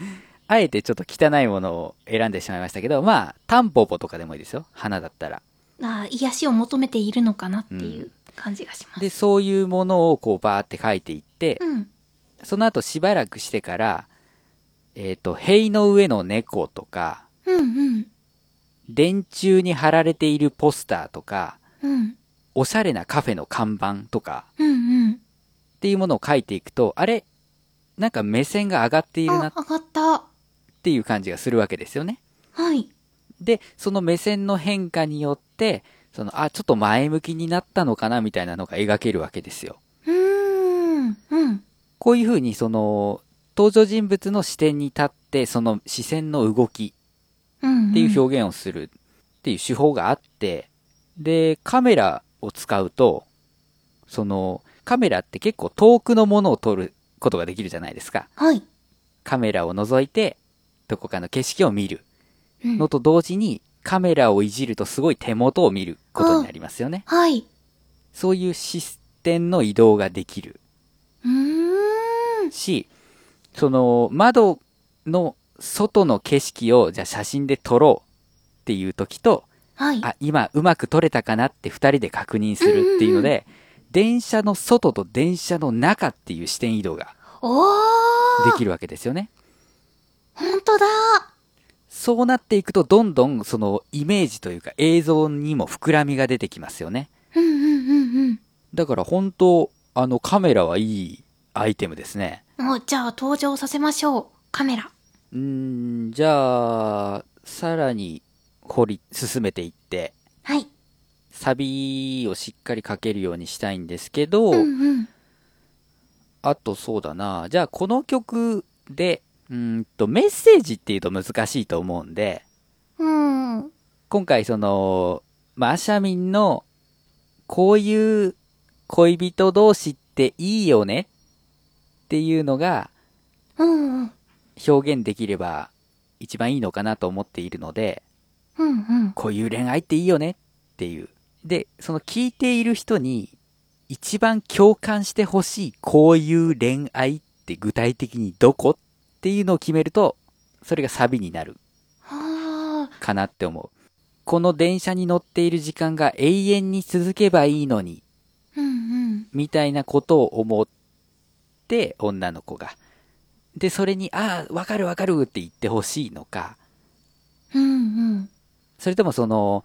S1: あえてちょっと汚いものを選んでしまいましたけど、まあ、タンポポとかでもいいですよ。花だったら。
S2: あー癒しを求めているのかなっていう感じがします。
S1: で、そういうものをこうバーって書いていって、
S2: うん。
S1: その後しばらくしてから、えっ、と、塀の上の猫とか、
S2: うんうん。
S1: 電柱に貼られているポスターとか、
S2: うん。
S1: おしゃれなカフェの看板とか
S2: うんうん。
S1: っていうものを書いていくと、あれなんか目線が上がっているなっ
S2: あ、上がった。
S1: ていう感じがするわけですよね。
S2: はい。
S1: で、その目線の変化によって、その、あ、ちょっと前向きになったのかなみたいなのが描けるわけですよ。
S2: うーん。うん。
S1: こういうふうに、その、登場人物の視点に立って、その視線の動き
S2: うん。
S1: っていう表現をするっていう手法があって、で、カメラを使うと、その、カメラって結構遠くのものを撮ることができるじゃないですか。
S2: はい。
S1: カメラを覗いて、どこかの景色を見る
S2: うん
S1: のと同時に、カメラをいじるとすごい手元を見ることになりますよね。
S2: はい。
S1: そういう視点の移動ができる
S2: うーん。
S1: し、その窓の外の景色をじゃあ写真で撮ろうっていう時と、
S2: はい。
S1: あ今うまく撮れたかなって2人で確認するっていうので、電車の外と電車の中っていう視点移動が
S2: お
S1: で
S2: ー
S1: きるわけですよね。
S2: 本当だ
S1: そうなっていくとどんどんそのイメージというか映像にも膨らみが出てきますよね。
S2: うんうんうん
S1: だから本当あのカメラはいいアイテムですね。
S2: うん。もう、じゃあ登場させましょう。カメラ。
S1: うーんじゃあさらに掘り進めていって
S2: はい。
S1: サビをしっかり書けるようにしたいんですけど、
S2: うんうん。
S1: あとそうだなじゃあこの曲でうーんとメッセージっていうと難しいと思うんで
S2: うん。
S1: 今回その、まあ、アシャミンのこういう恋人同士っていいよねっていうのが
S2: うんうん。
S1: 表現できれば一番いいのかなと思っているので
S2: うんうん。
S1: こういう恋愛っていいよねっていう。で、その聞いている人に一番共感してほしいこういう恋愛って具体的にどこっていうのを決めると、それがサビになる
S2: はあ。
S1: かなって思う。この電車に乗っている時間が永遠に続けばいいのに、
S2: うんうん。
S1: みたいなことを思って、女の子が。で、それに、ああ、わかるわかるって言ってほしいのか、
S2: うんうん。
S1: それともその、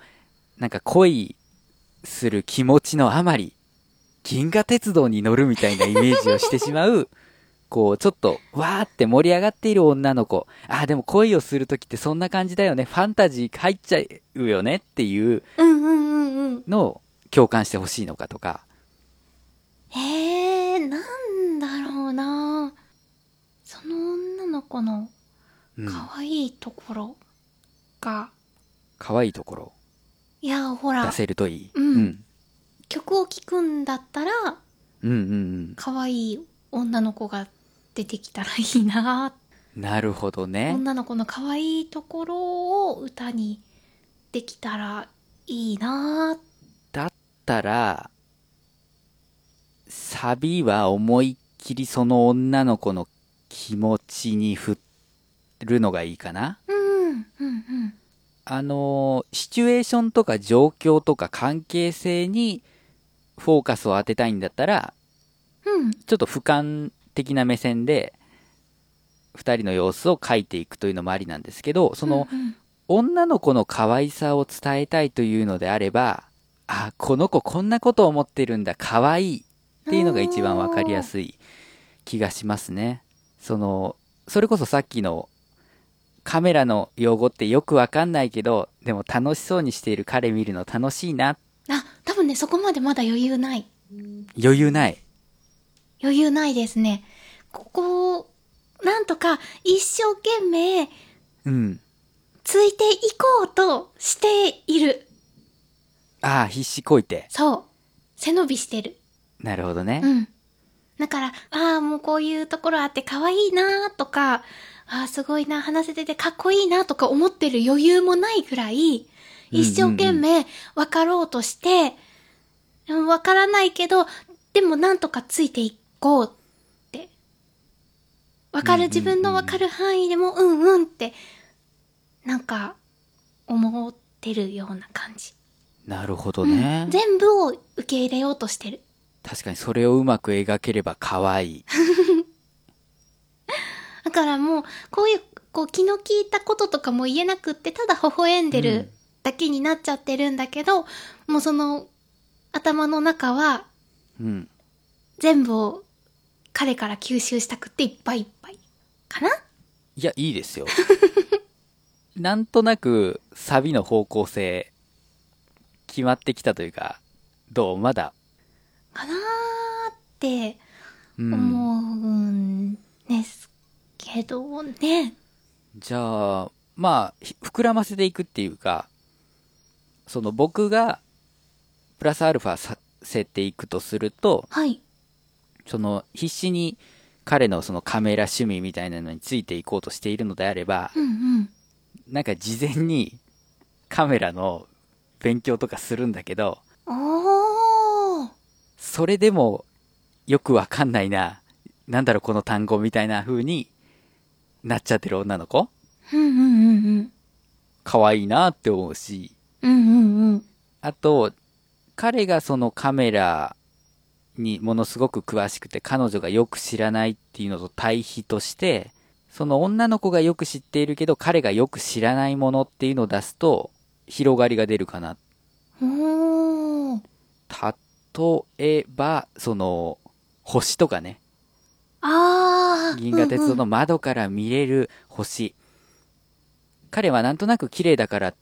S1: なんか恋する気持ちのあまり、銀河鉄道に乗るみたいなイメージをしてしまう、 こう、ちょっと、わーって盛り上がっている女の子。あー、でも恋をするときってそんな感じだよね。ファンタジー入っちゃうよねっていう
S2: うんうんうんうん。
S1: のを共感してほしいのかとか。
S2: えー、なんだろうなその女の子の
S1: うん。
S2: 可愛いところが、
S1: 可愛いところ
S2: いや、ほ
S1: 出
S2: ら、
S1: せるといい。
S2: うん曲を聴くんだったら、
S1: うんうん
S2: 可愛い女の子が出てきたらいいな
S1: うん。なるほどね。
S2: 女の子の可愛いところを歌にできたらいいな
S1: だったら、サビは思いっきりその女の子の気持ちに振るのがいいかな。
S2: うん、うん、うん。
S1: あのー、シチュエーションとか状況とか関係性にフォーカスを当てたいんだったら、
S2: うん、
S1: ちょっと俯瞰的な目線で、二人の様子を描いていくというのもありなんですけど、その、
S2: うんうん
S1: 女の子の可愛さを伝えたいというのであれば、あ、この子こんなことを思ってるんだ、可愛いっていうのが一番わかりやすい気がしますね。その、それこそさっきのカメラの用語ってよくわかんないけど、でも楽しそうにしている彼見るの楽しいな。
S2: あ、多分ね、そこまでまだ余裕ない。
S1: 余裕ない。
S2: 余裕ないですね。ここを、なんとか一生懸命
S1: うん。
S2: ついていこうとしている。
S1: ああ、必死こいて。
S2: そう。背伸びしてる。
S1: なるほどね。
S2: うん。だから、ああ、もうこういうところあって可愛いなーとか、ああ、すごいな、話せててかっこいいなとか思ってる余裕もないぐらい、一生懸命分かろうとして、でも分からないけど、でもなんとかついていこうって。分か
S1: うんうん
S2: る、
S1: うん
S2: 自分の分かる範囲でも、うんうんって、なんか、思ってるような感じ。
S1: なるほどね。
S2: 全部を受け入れようとしてる。
S1: 確かにそれをうまく描ければ可愛い。
S2: だからもう、こういう、こう気の利いたこととかも言えなくって、ただ微笑んで
S1: う
S2: る
S1: ん
S2: だけになっちゃってるんだけど、もうその、頭の中は
S1: うん。
S2: 全部を彼から吸収したくっていっぱいいっぱい。かない
S1: や、いいですよ。 なんとなく、サビの方向性、決まってきたというか、どうまだ。
S2: かなーって
S1: うん。
S2: 思うんですけどね。
S1: じゃあ、まあ、ひ膨らませていくっていうか、その僕が、プラスアルファさせていくとすると、
S2: はい。
S1: その、必死に彼のそのカメラ趣味みたいなのについていこうとしているのであれば、
S2: うんうん。
S1: なんか事前にカメラの勉強とかするんだけど、
S2: おー。
S1: それでもよくわかんないな。なんだろうこの単語みたいな風になっちゃってる女の子
S2: うんうんうんうん。
S1: 可愛いなって思うし、
S2: うんうんうん。
S1: あと、彼がそのカメラにものすごく詳しくて、彼女がよく知らないっていうのと対比として、その女の子がよく知っているけど、彼がよく知らないものっていうのを出すと、広がりが出るかな。
S2: おー。
S1: 例えば、その、星とかね、
S2: あー。
S1: 銀河鉄道
S2: うんうん
S1: の窓から見れる星。彼はなんとなく綺麗だから、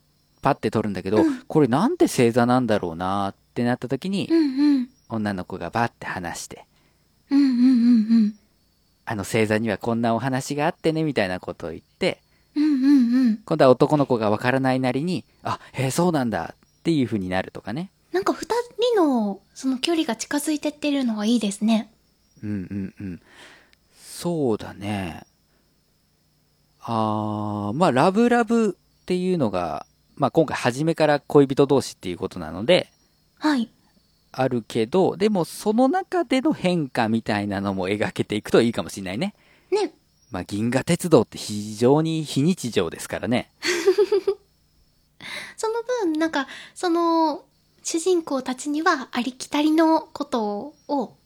S1: パッて撮るんだけど、
S2: うん
S1: これなんて星座なんだろうなってなった時に、
S2: うんうん。
S1: 女の子がバッて話して、
S2: うんうんうんうん。
S1: あの星座にはこんなお話があってね、みたいなことを言って、
S2: うんうんうん。
S1: 今度は男の子がわからないなりに、あ、へえ、そうなんだっていう風になるとかね。
S2: なんか二人の、その距離が近づいてってるのがいいですね。
S1: うんうんうん。そうだね。あー、まあ、ラブラブっていうのが、まあ今回初めから恋人同士っていうことなので、
S2: はい。
S1: あるけど、でもその中での変化みたいなのも描けていくといいかもしれないね。
S2: ね。
S1: まあ銀河鉄道って非常に非日常ですからね。
S2: その分、なんか、その、主人公たちにはありきたりのことを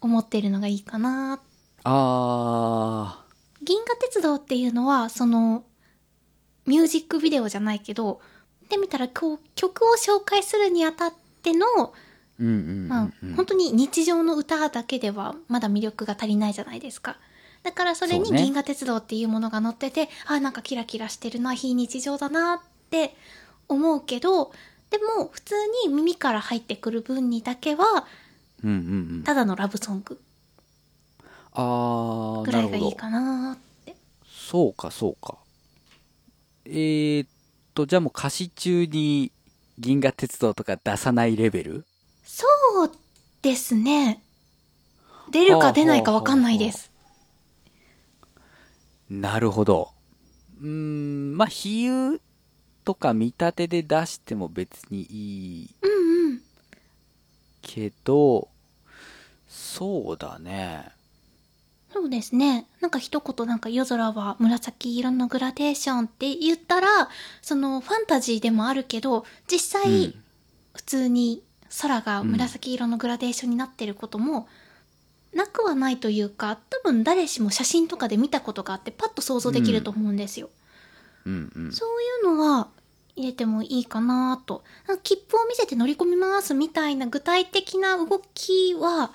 S2: 思ってるのがいいかな。
S1: あー、
S2: 銀河鉄道っていうのは、その、ミュージックビデオじゃないけど、で見たらこう曲を紹介するにあたっての、
S1: うんうん
S2: まあ
S1: うん、うん
S2: 本当に日常の歌だけではまだ魅力が足りないじゃないですか。だからそれに
S1: そうね
S2: 銀河鉄道っていうものが載ってて、あ、なんかキラキラしてるな、非日常だなって思うけど、でも普通に耳から入ってくる分にだけは、
S1: うんうんうん。
S2: ただのラブソング
S1: あー、
S2: ぐ
S1: な
S2: ら
S1: る
S2: いが
S1: ほど
S2: いい。かなって。
S1: そうか、そうか。えー、っと、じゃあもう歌詞中に銀河鉄道とか出さないレベル
S2: そうですね。出るか出ないかわかんないです。
S1: なるほど。うーん、まあ、比喩とか見立てで出しても別にいい
S2: うんうん。
S1: けど、そうだね。
S2: そうですね。なんか一言なんか夜空は紫色のグラデーションって言ったら、そのファンタジーでもあるけど、実
S1: う
S2: 際
S1: ん、
S2: 普通に空が紫色のグラデーションになってることも、なくはないというか、多分誰しも写真とかで見たことがあって、パッと想像できると思うんですよ。
S1: うんうん。
S2: そういうのは入れてもいいかなと。なんか切符を見せて乗り込みますみたいな具体的な動きは、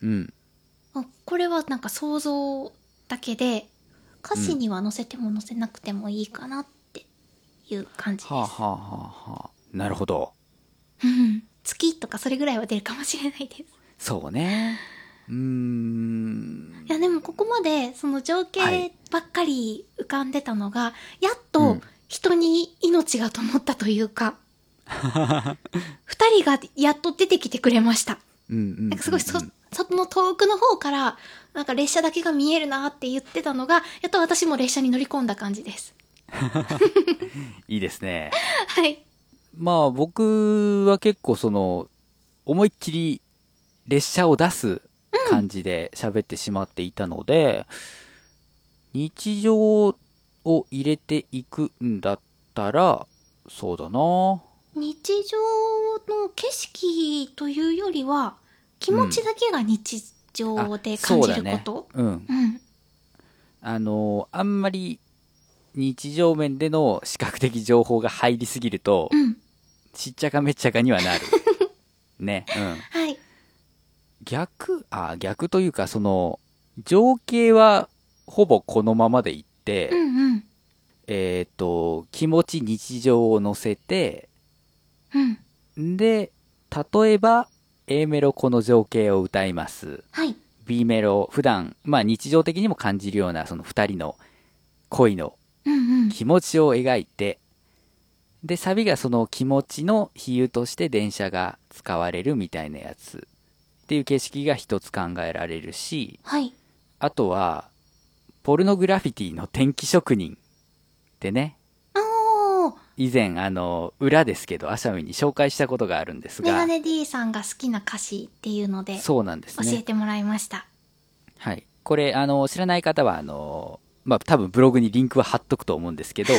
S1: うん。
S2: あこれはなんか想像だけで歌詞には載せても載せなくてもいいかなっていう感じです。
S1: はあ、はあはあはあ、なるほど。
S2: うん月とかそれぐらいは出るかもしれないです。
S1: そうね。うーん。
S2: いやでもここまでその情景ばっかり浮かんでたのが、や
S1: う
S2: っと
S1: ん
S2: 人に命が灯ったという か、二人がやっと出てきてくれました。
S1: うんうんうんうん
S2: なんかすごいそ、その遠くの方から、なんか列車だけが見えるなって言ってたのが、やっと私も列車に乗り込んだ感じです。
S1: いいですね。
S2: はい。
S1: まあ僕は結構その思いっきり列車を出す感じで喋ってしまっていたので、日常を入れていくんだったらそうだな
S2: 日常の景色というよりは気持ちだけが日常で
S1: あ
S2: 感
S1: そう
S2: じ
S1: だ
S2: るこ
S1: ね
S2: と、
S1: うん
S2: うん
S1: あのあんまり日常面での視覚的情報が入りすぎると
S2: うん
S1: しっちゃかめっちゃかには なるねうん
S2: はい
S1: 逆あ逆というかその情景はほぼこのままでいって、
S2: うんうん
S1: えっ、と気持ち日常を乗せて
S2: うん
S1: んで例えば A メロこの情景を歌います
S2: はい
S1: B メロ普段まあ日常的にも感じるようなその2人の恋の
S2: うんうん
S1: 気持ちを描いてでサビがその気持ちの比喩として電車が使われるみたいなやつっていう景色が一つ考えられるし
S2: はい
S1: あとは、ポルノグラフィティの天気職人でね、
S2: おー
S1: 以前、あの、裏ですけど、アシャミに紹介したことがあるんです
S2: メガ
S1: が、
S2: ネ D さんが好きな歌詞っていうので教
S1: そうなんです
S2: え
S1: ね。
S2: てもらいました、
S1: はい。これ、あの、知らない方は、 あの、まあ、多分ブログにリンクは貼っとくと思うんですけど、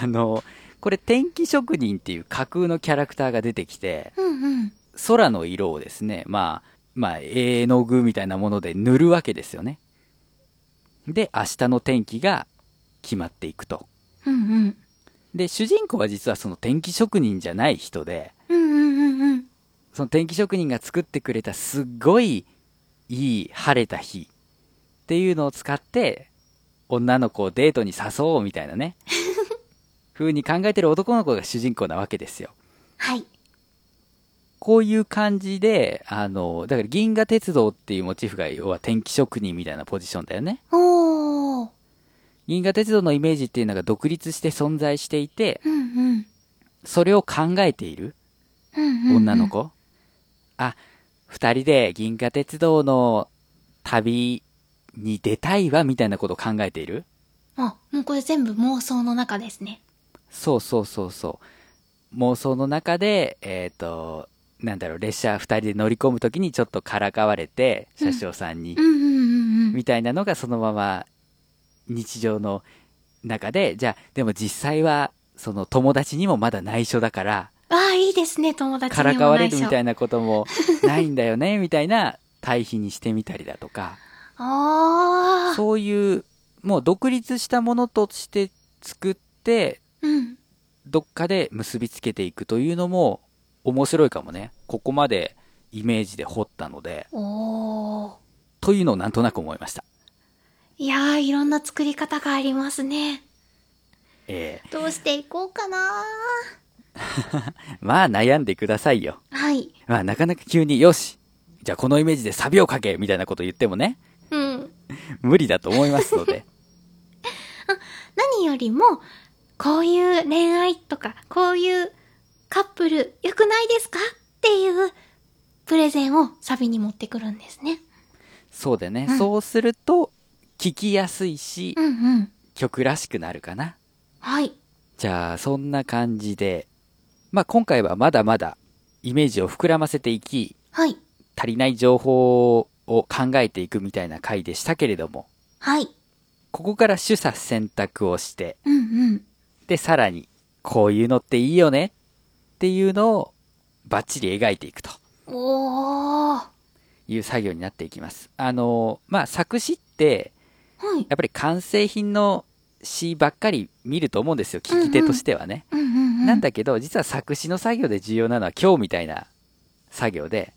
S1: あの、これ天気職人っていう架空のキャラクターが出てきて、
S2: うんうん。
S1: 空の色をですね、まあ、まあ、絵の具みたいなもので塗るわけですよね。で、明日の天気が決まっていくと。
S2: うんうん。
S1: で、主人公は実はその天気職人じゃない人で、
S2: うんうんうんうん。
S1: その天気職人が作ってくれたすっごいいい晴れた日っていうのを使って女の子をデートに誘おうみたいなね風に考えてる男の子が主人公なわけですよ
S2: はい。
S1: こういう感じであのだから銀河鉄道っていうモチーフが要は天気職人みたいなポジションだよね
S2: おー。
S1: 銀河鉄道のイメージっていうのが独立して存在していて
S2: うんうん。
S1: それを考えている
S2: うんうん。
S1: 女の。子、あ二人で銀河鉄道の旅に出たいわみたいなことを考えている
S2: あ、もうこれ全部妄想の中ですね。
S1: そうそうそうそう妄想の中でえっ、となんだろう列車二人で乗り込む時にちょっとからかわれて車掌さんに、
S2: うんうんうんうん。
S1: みたいなのがそのまま日常の中でじゃあでも実際はその友達にもまだ内緒だから
S2: ああ、いいですね、友達に
S1: からかわれるみた
S2: い。
S1: いなこともないんだよねみたいな対比にしてみたりだとか
S2: ああ。
S1: そういうもう独立したものとして作って
S2: うん。
S1: どっかで結びつけていくというのも面白いかもねここまでイメージで掘ったので
S2: おー。
S1: というのをなんとなく思いました
S2: いやー、いろんな作り方がありますね。
S1: え
S2: どうしていこうかな
S1: ーまあ悩んでくださいよ
S2: はい。
S1: まあなかなか急によしじゃあこのイメージでサビをかけみたいなこと言ってもね
S2: うん。
S1: 無理だと思いますの で
S2: 何よりも、こういう恋愛とか、こういうカップル、良くないですかっていうプレゼンをサビに持ってくるんですね。
S1: そうだね、
S2: うん
S1: そうすると聞きやすいし、
S2: うんうん。
S1: 曲らしくなるかな
S2: はい。
S1: じゃあそんな感じで、まあ、今回はまだまだイメージを膨らませていき
S2: はい。
S1: 足りない情報を考えていくみたいな回でしたけれども
S2: はい。
S1: ここから取捨選択をして
S2: うんうん。
S1: でさらにこういうのっていいよねっていうのをバッチリ描いていくと
S2: おー。は
S1: いう作業になっていきますあのまあ作詞って
S2: い。
S1: やっぱり完成品の詩ばっかり見ると思うんですよ聞き手としてはね、
S2: うんうんうん。
S1: なんだけど実は作詞の作業で重要なのは今日みたいな作業で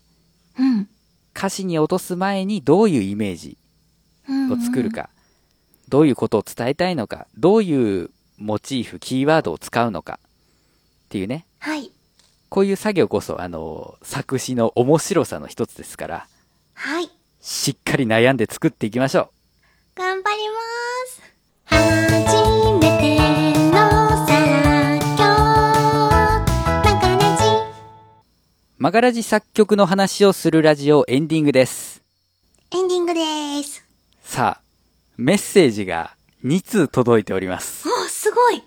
S2: うん。
S1: 歌詞に落とす前にどういうイメージ
S2: うん
S1: を作る。か、どういうことを伝えたいのかどういうモチーフキーワードを使うのかっていうね
S2: はい。
S1: こういう作業こそあの作詞の面白さの一つですから
S2: はい。
S1: しっかり悩んで作っていきましょ
S2: 頑張ります。初めての作業。なんかね
S1: うマガラジ作曲の話をするラジオエンディングです
S2: じ。エンディングです。
S1: さあメッセージが2通届いております
S2: おー、すごい。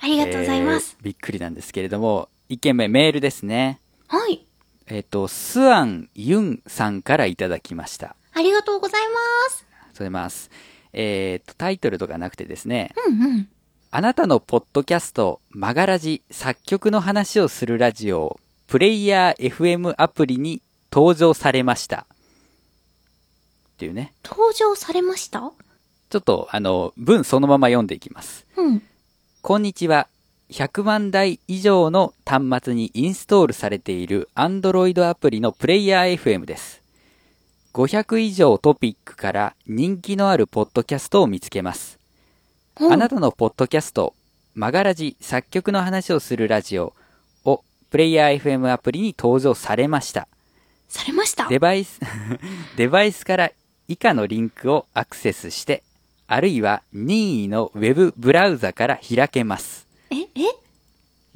S2: ありがとうございます。
S1: えーびっくりなんですけれども、1件目メールですね。
S2: はい。
S1: えっ、と、スアン・ユンさんからいただきました。
S2: ありがとうございます。
S1: ありがとうございます。えっ、と、タイトルとかなくてですね、
S2: うんうん。
S1: あなたのポッドキャスト、マガラジ、作曲の話をするラジオを、プレイヤー FM アプリに登場されました。っていうね。
S2: 登場されました
S1: ちょっと、あの、文そのまま読んでいきます。
S2: うん。
S1: こんにちは。100万台以上の端末にインストールされている Android アプリのプレイヤー FM です。500以上トピックから人気のあるポッドキャストを見つけます。
S2: うん
S1: あなたのポッドキャスト、マガラジ作曲の話をするラジオをプレイヤー FM アプリに登場されました。
S2: されました。
S1: デバイス、 デバイスから以下のリンクをアクセスして、あるいは任意のウェブブラウザから開けます。
S2: え、え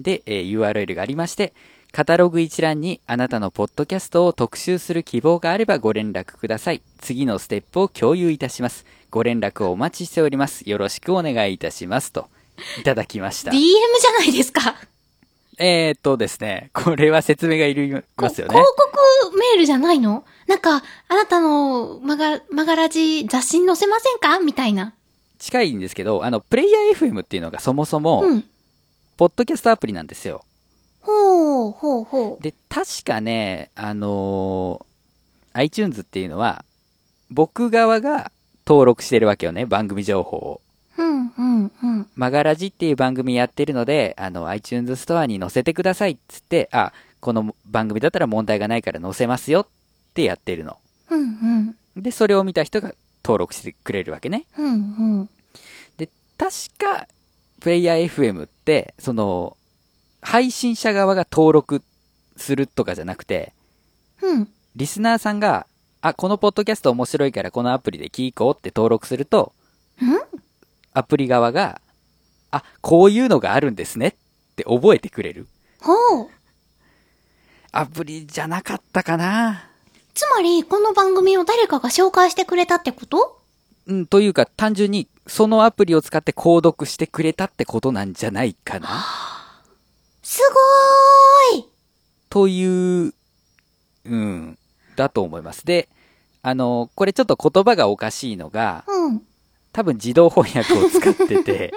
S1: で、えー URL がありまして、カタログ一覧にあなたのポッドキャストを特集する希望があればご連絡ください。次のステップを共有いたします。ご連絡をお待ちしております。よろしくお願いいたします。と、いただきました。
S2: ?DM じゃないですか。
S1: えー、っとですね、これは説明がいりますよね
S2: こ。広告メールじゃないのなんか、あなたのマガ、マガラジ雑誌に載せませんかみたいな。
S1: 近いんですけど、あの、プレイヤー FM っていうのがそもそも、
S2: うん。
S1: ポッドキャストアプリなんですよ。
S2: ほう、ほう、ほう。
S1: で、確かね、あのー iTunes っていうのは、僕側が登録してるわけよね、番組情報を。
S2: うん、うん、うん。
S1: マガラジっていう番組やってるので、あの、iTunes ストアに載せてくださいっつって、あ、この番組だったら問題がないから載せますよってやってるの。
S2: うん、うん。
S1: で、それを見た人が登録してくれるわけね。
S2: うん、うん。
S1: で、確か、プレイヤー FM って、その、配信者側が登録するとかじゃなくて、
S2: うん。
S1: リスナーさんが、あ、このポッドキャスト面白いからこのアプリで聞こうって登録すると、アプリ側が、あ、こういうのがあるんですねって覚えてくれる。
S2: ほう。
S1: アプリじゃなかったかな
S2: つまり、この番組を誰かが紹介してくれたってこと
S1: うん、というか単純にそのアプリを使って購読してくれたってことなんじゃないかな
S2: すごーい
S1: という、うん、だと思います。で、あの、これちょっと言葉がおかしいのが、
S2: うん。
S1: 多分自動翻訳を使ってて、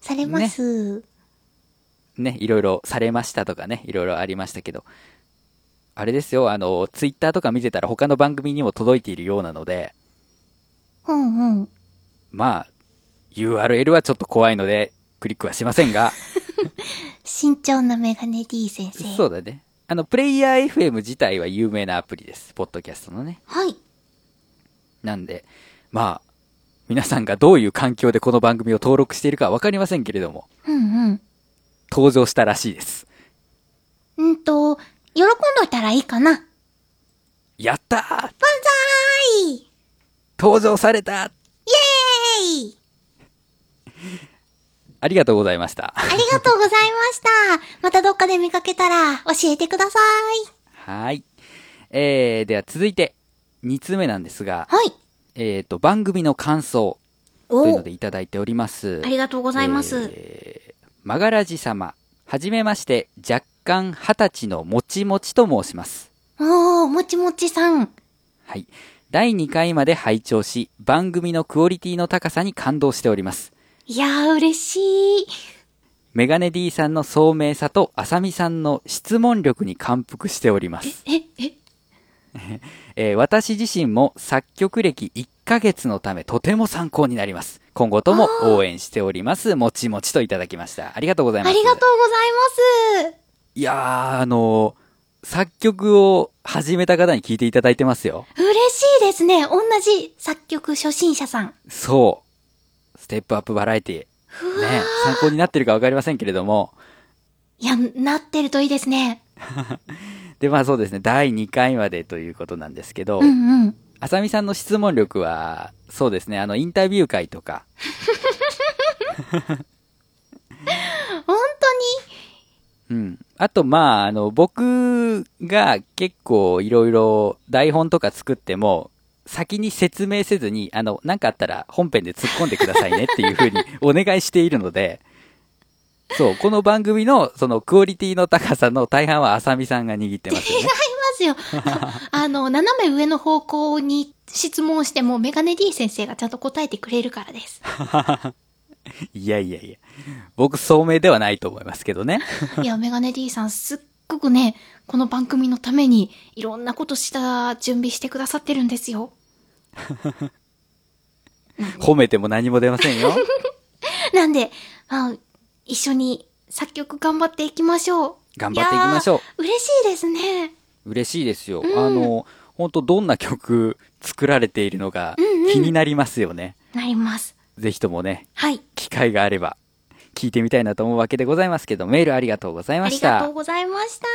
S2: されます。
S1: ね、いろいろされましたとかね、いろいろありましたけど、あれですよ、あの、ツイッターとか見てたら他の番組にも届いているようなので、
S2: うん、うん。
S1: まあ、URL はちょっと怖いので、クリックはしませんが、
S2: 慎重なメガネ D 先生。
S1: そうだね。あの、プレイヤー FM 自体は有名なアプリです。ポッドキャストのね。
S2: はい。
S1: なんで、まあ、皆さんがどういう環境でこの番組を登録しているかわかりませんけれども、
S2: うん、
S1: 登場したらしいです。
S2: うん。うんと、喜んどいたらいいかな。は
S1: やったー
S2: い。イ
S1: 登場された
S2: エーイ
S1: ありがとうございました。
S2: ありがとうございました。またどっかで見かけたら教えてください。
S1: はい。えー、では続いて、2つ目なんですが、
S2: はい。
S1: えーと、番組の感想という
S2: お
S1: のでいただいております。
S2: ありがとうございます。
S1: えーマガラジ様、はじめまして、若干二十歳のもちもちと申します。
S2: おー、もちもちさん。
S1: はい。第2回まで拝聴し、番組のクオリティの高さに感動しております。
S2: いやー、嬉しい。
S1: メガネ D さんの聡明さと、あさみさんの質問力に感服しております。
S2: え、え、
S1: えー私自身も作曲歴1ヶ月のためとても参考になります。今後とも応援しております。もちもちといただきました。ありがとうございま
S2: あ
S1: す。
S2: りがとうございます。
S1: いやー、あのー作曲を始めた方に聞いていただいてますよ。
S2: 嬉しいですね。同じ作曲初心者さん。
S1: そう。ステップアップバラエティ。ね、参考になってるかわかりませんけれども。
S2: いや、なってるといいですね。
S1: で、まあそうですね、第2回までということなんですけど
S2: う、んうん。
S1: あさみさんの質問力は、そうですね、あの、インタビュー会とか、
S2: 本当に
S1: うん。あと、まあ、あの、僕が結構いろいろ台本とか作っても、先に説明せずに、あの、なんかあったら本編で突っ込んでくださいねっていうふう にお願いしているので、そう、この番組のそのクオリティの高さの大半はあさみさんが握ってますよね。
S2: 違います よ。あの、斜め上の方向に質問してもメガネ D 先生がちゃんと答えてくれるからです。
S1: いやいやいや。僕、聡明ではないと思いますけどね。
S2: いや、メガネ D さんすっごくね、この番組のためにいろんなことした準備してくださってるんですよ。
S1: 褒めても何も出ませんよ。
S2: なんで、まあ、一緒に作曲頑張っていきましょう。
S1: 頑張っていきましょう
S2: いやー。嬉しいですね。
S1: 嬉しいですよ。
S2: ん
S1: あの、本当どんな曲作られているのか
S2: うんうん
S1: 気になりますよね。
S2: なります。
S1: ぜひともね、
S2: はい。
S1: 機会があれば、聞いてみたいなと思うわけでございますけど、メールありがとうござい
S2: あ
S1: ま
S2: り
S1: し
S2: がと
S1: た
S2: う。ございました。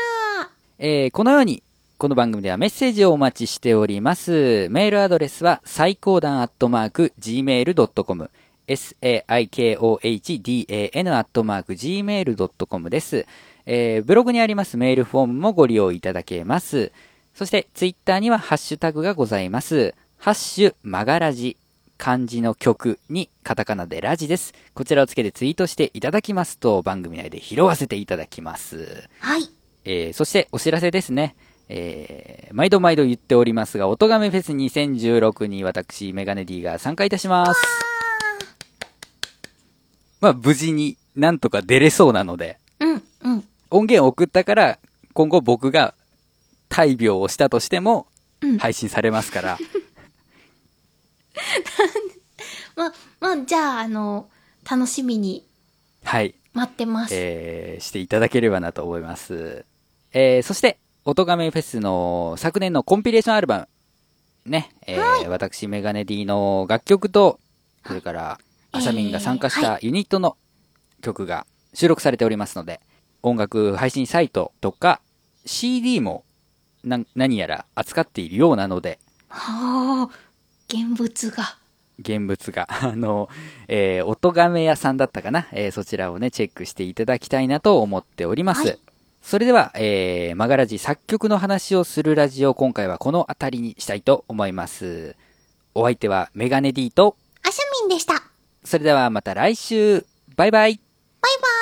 S1: えーこのように、この番組ではメッセージをお待ちしております。メールアドレスは、最高段アットマーク、gmail.com、saikohdan アットマーク、gmail.com です。えーブログにありますメールフォームもご利用いただけます。そして、ツイッターにはハッシュタグがございます。ハッシュ、マガラジ、漢字の曲にカタカナでラジです。こちらをつけてツイートしていただきますと、番組内で拾わせていただきます。
S2: はい。
S1: えーそしてお知らせですね。えー毎度毎度言っておりますが、おとがめフェス2016に私、メガネ D が参加いたします。まあ無事になんとか出れそうなので、
S2: うん、うん、
S1: 音源を送ったから、今後僕が大病をしたとしても
S2: うん。
S1: 配信されますから、
S2: ま、ま、じゃあ、あの、楽しみに
S1: はい、
S2: 待ってます。
S1: えーしていただければなと思います。えーそして、おとがめフェスの昨年のコンピレーションアルバム、ね、えー私メガネ D の楽曲と、それから、
S2: えー
S1: あさみんが参加したユニットの曲が収録されておりますので、音楽配信サイトとか、CD もな何やら扱っているようなので、
S2: はあ、現物が。
S1: 現物が、 あの、えー、音亀屋さんだったかな、えーそちらをね、チェックしていただきたいなと思っております。
S2: はい
S1: それでは、えー、マガラジ作曲の話をするラジオ、今回はこの辺りにしたいと思います。お相手はメガネ D と、
S2: アシャミンでした。バイ
S1: それではまた来週、バイバイ
S2: バイ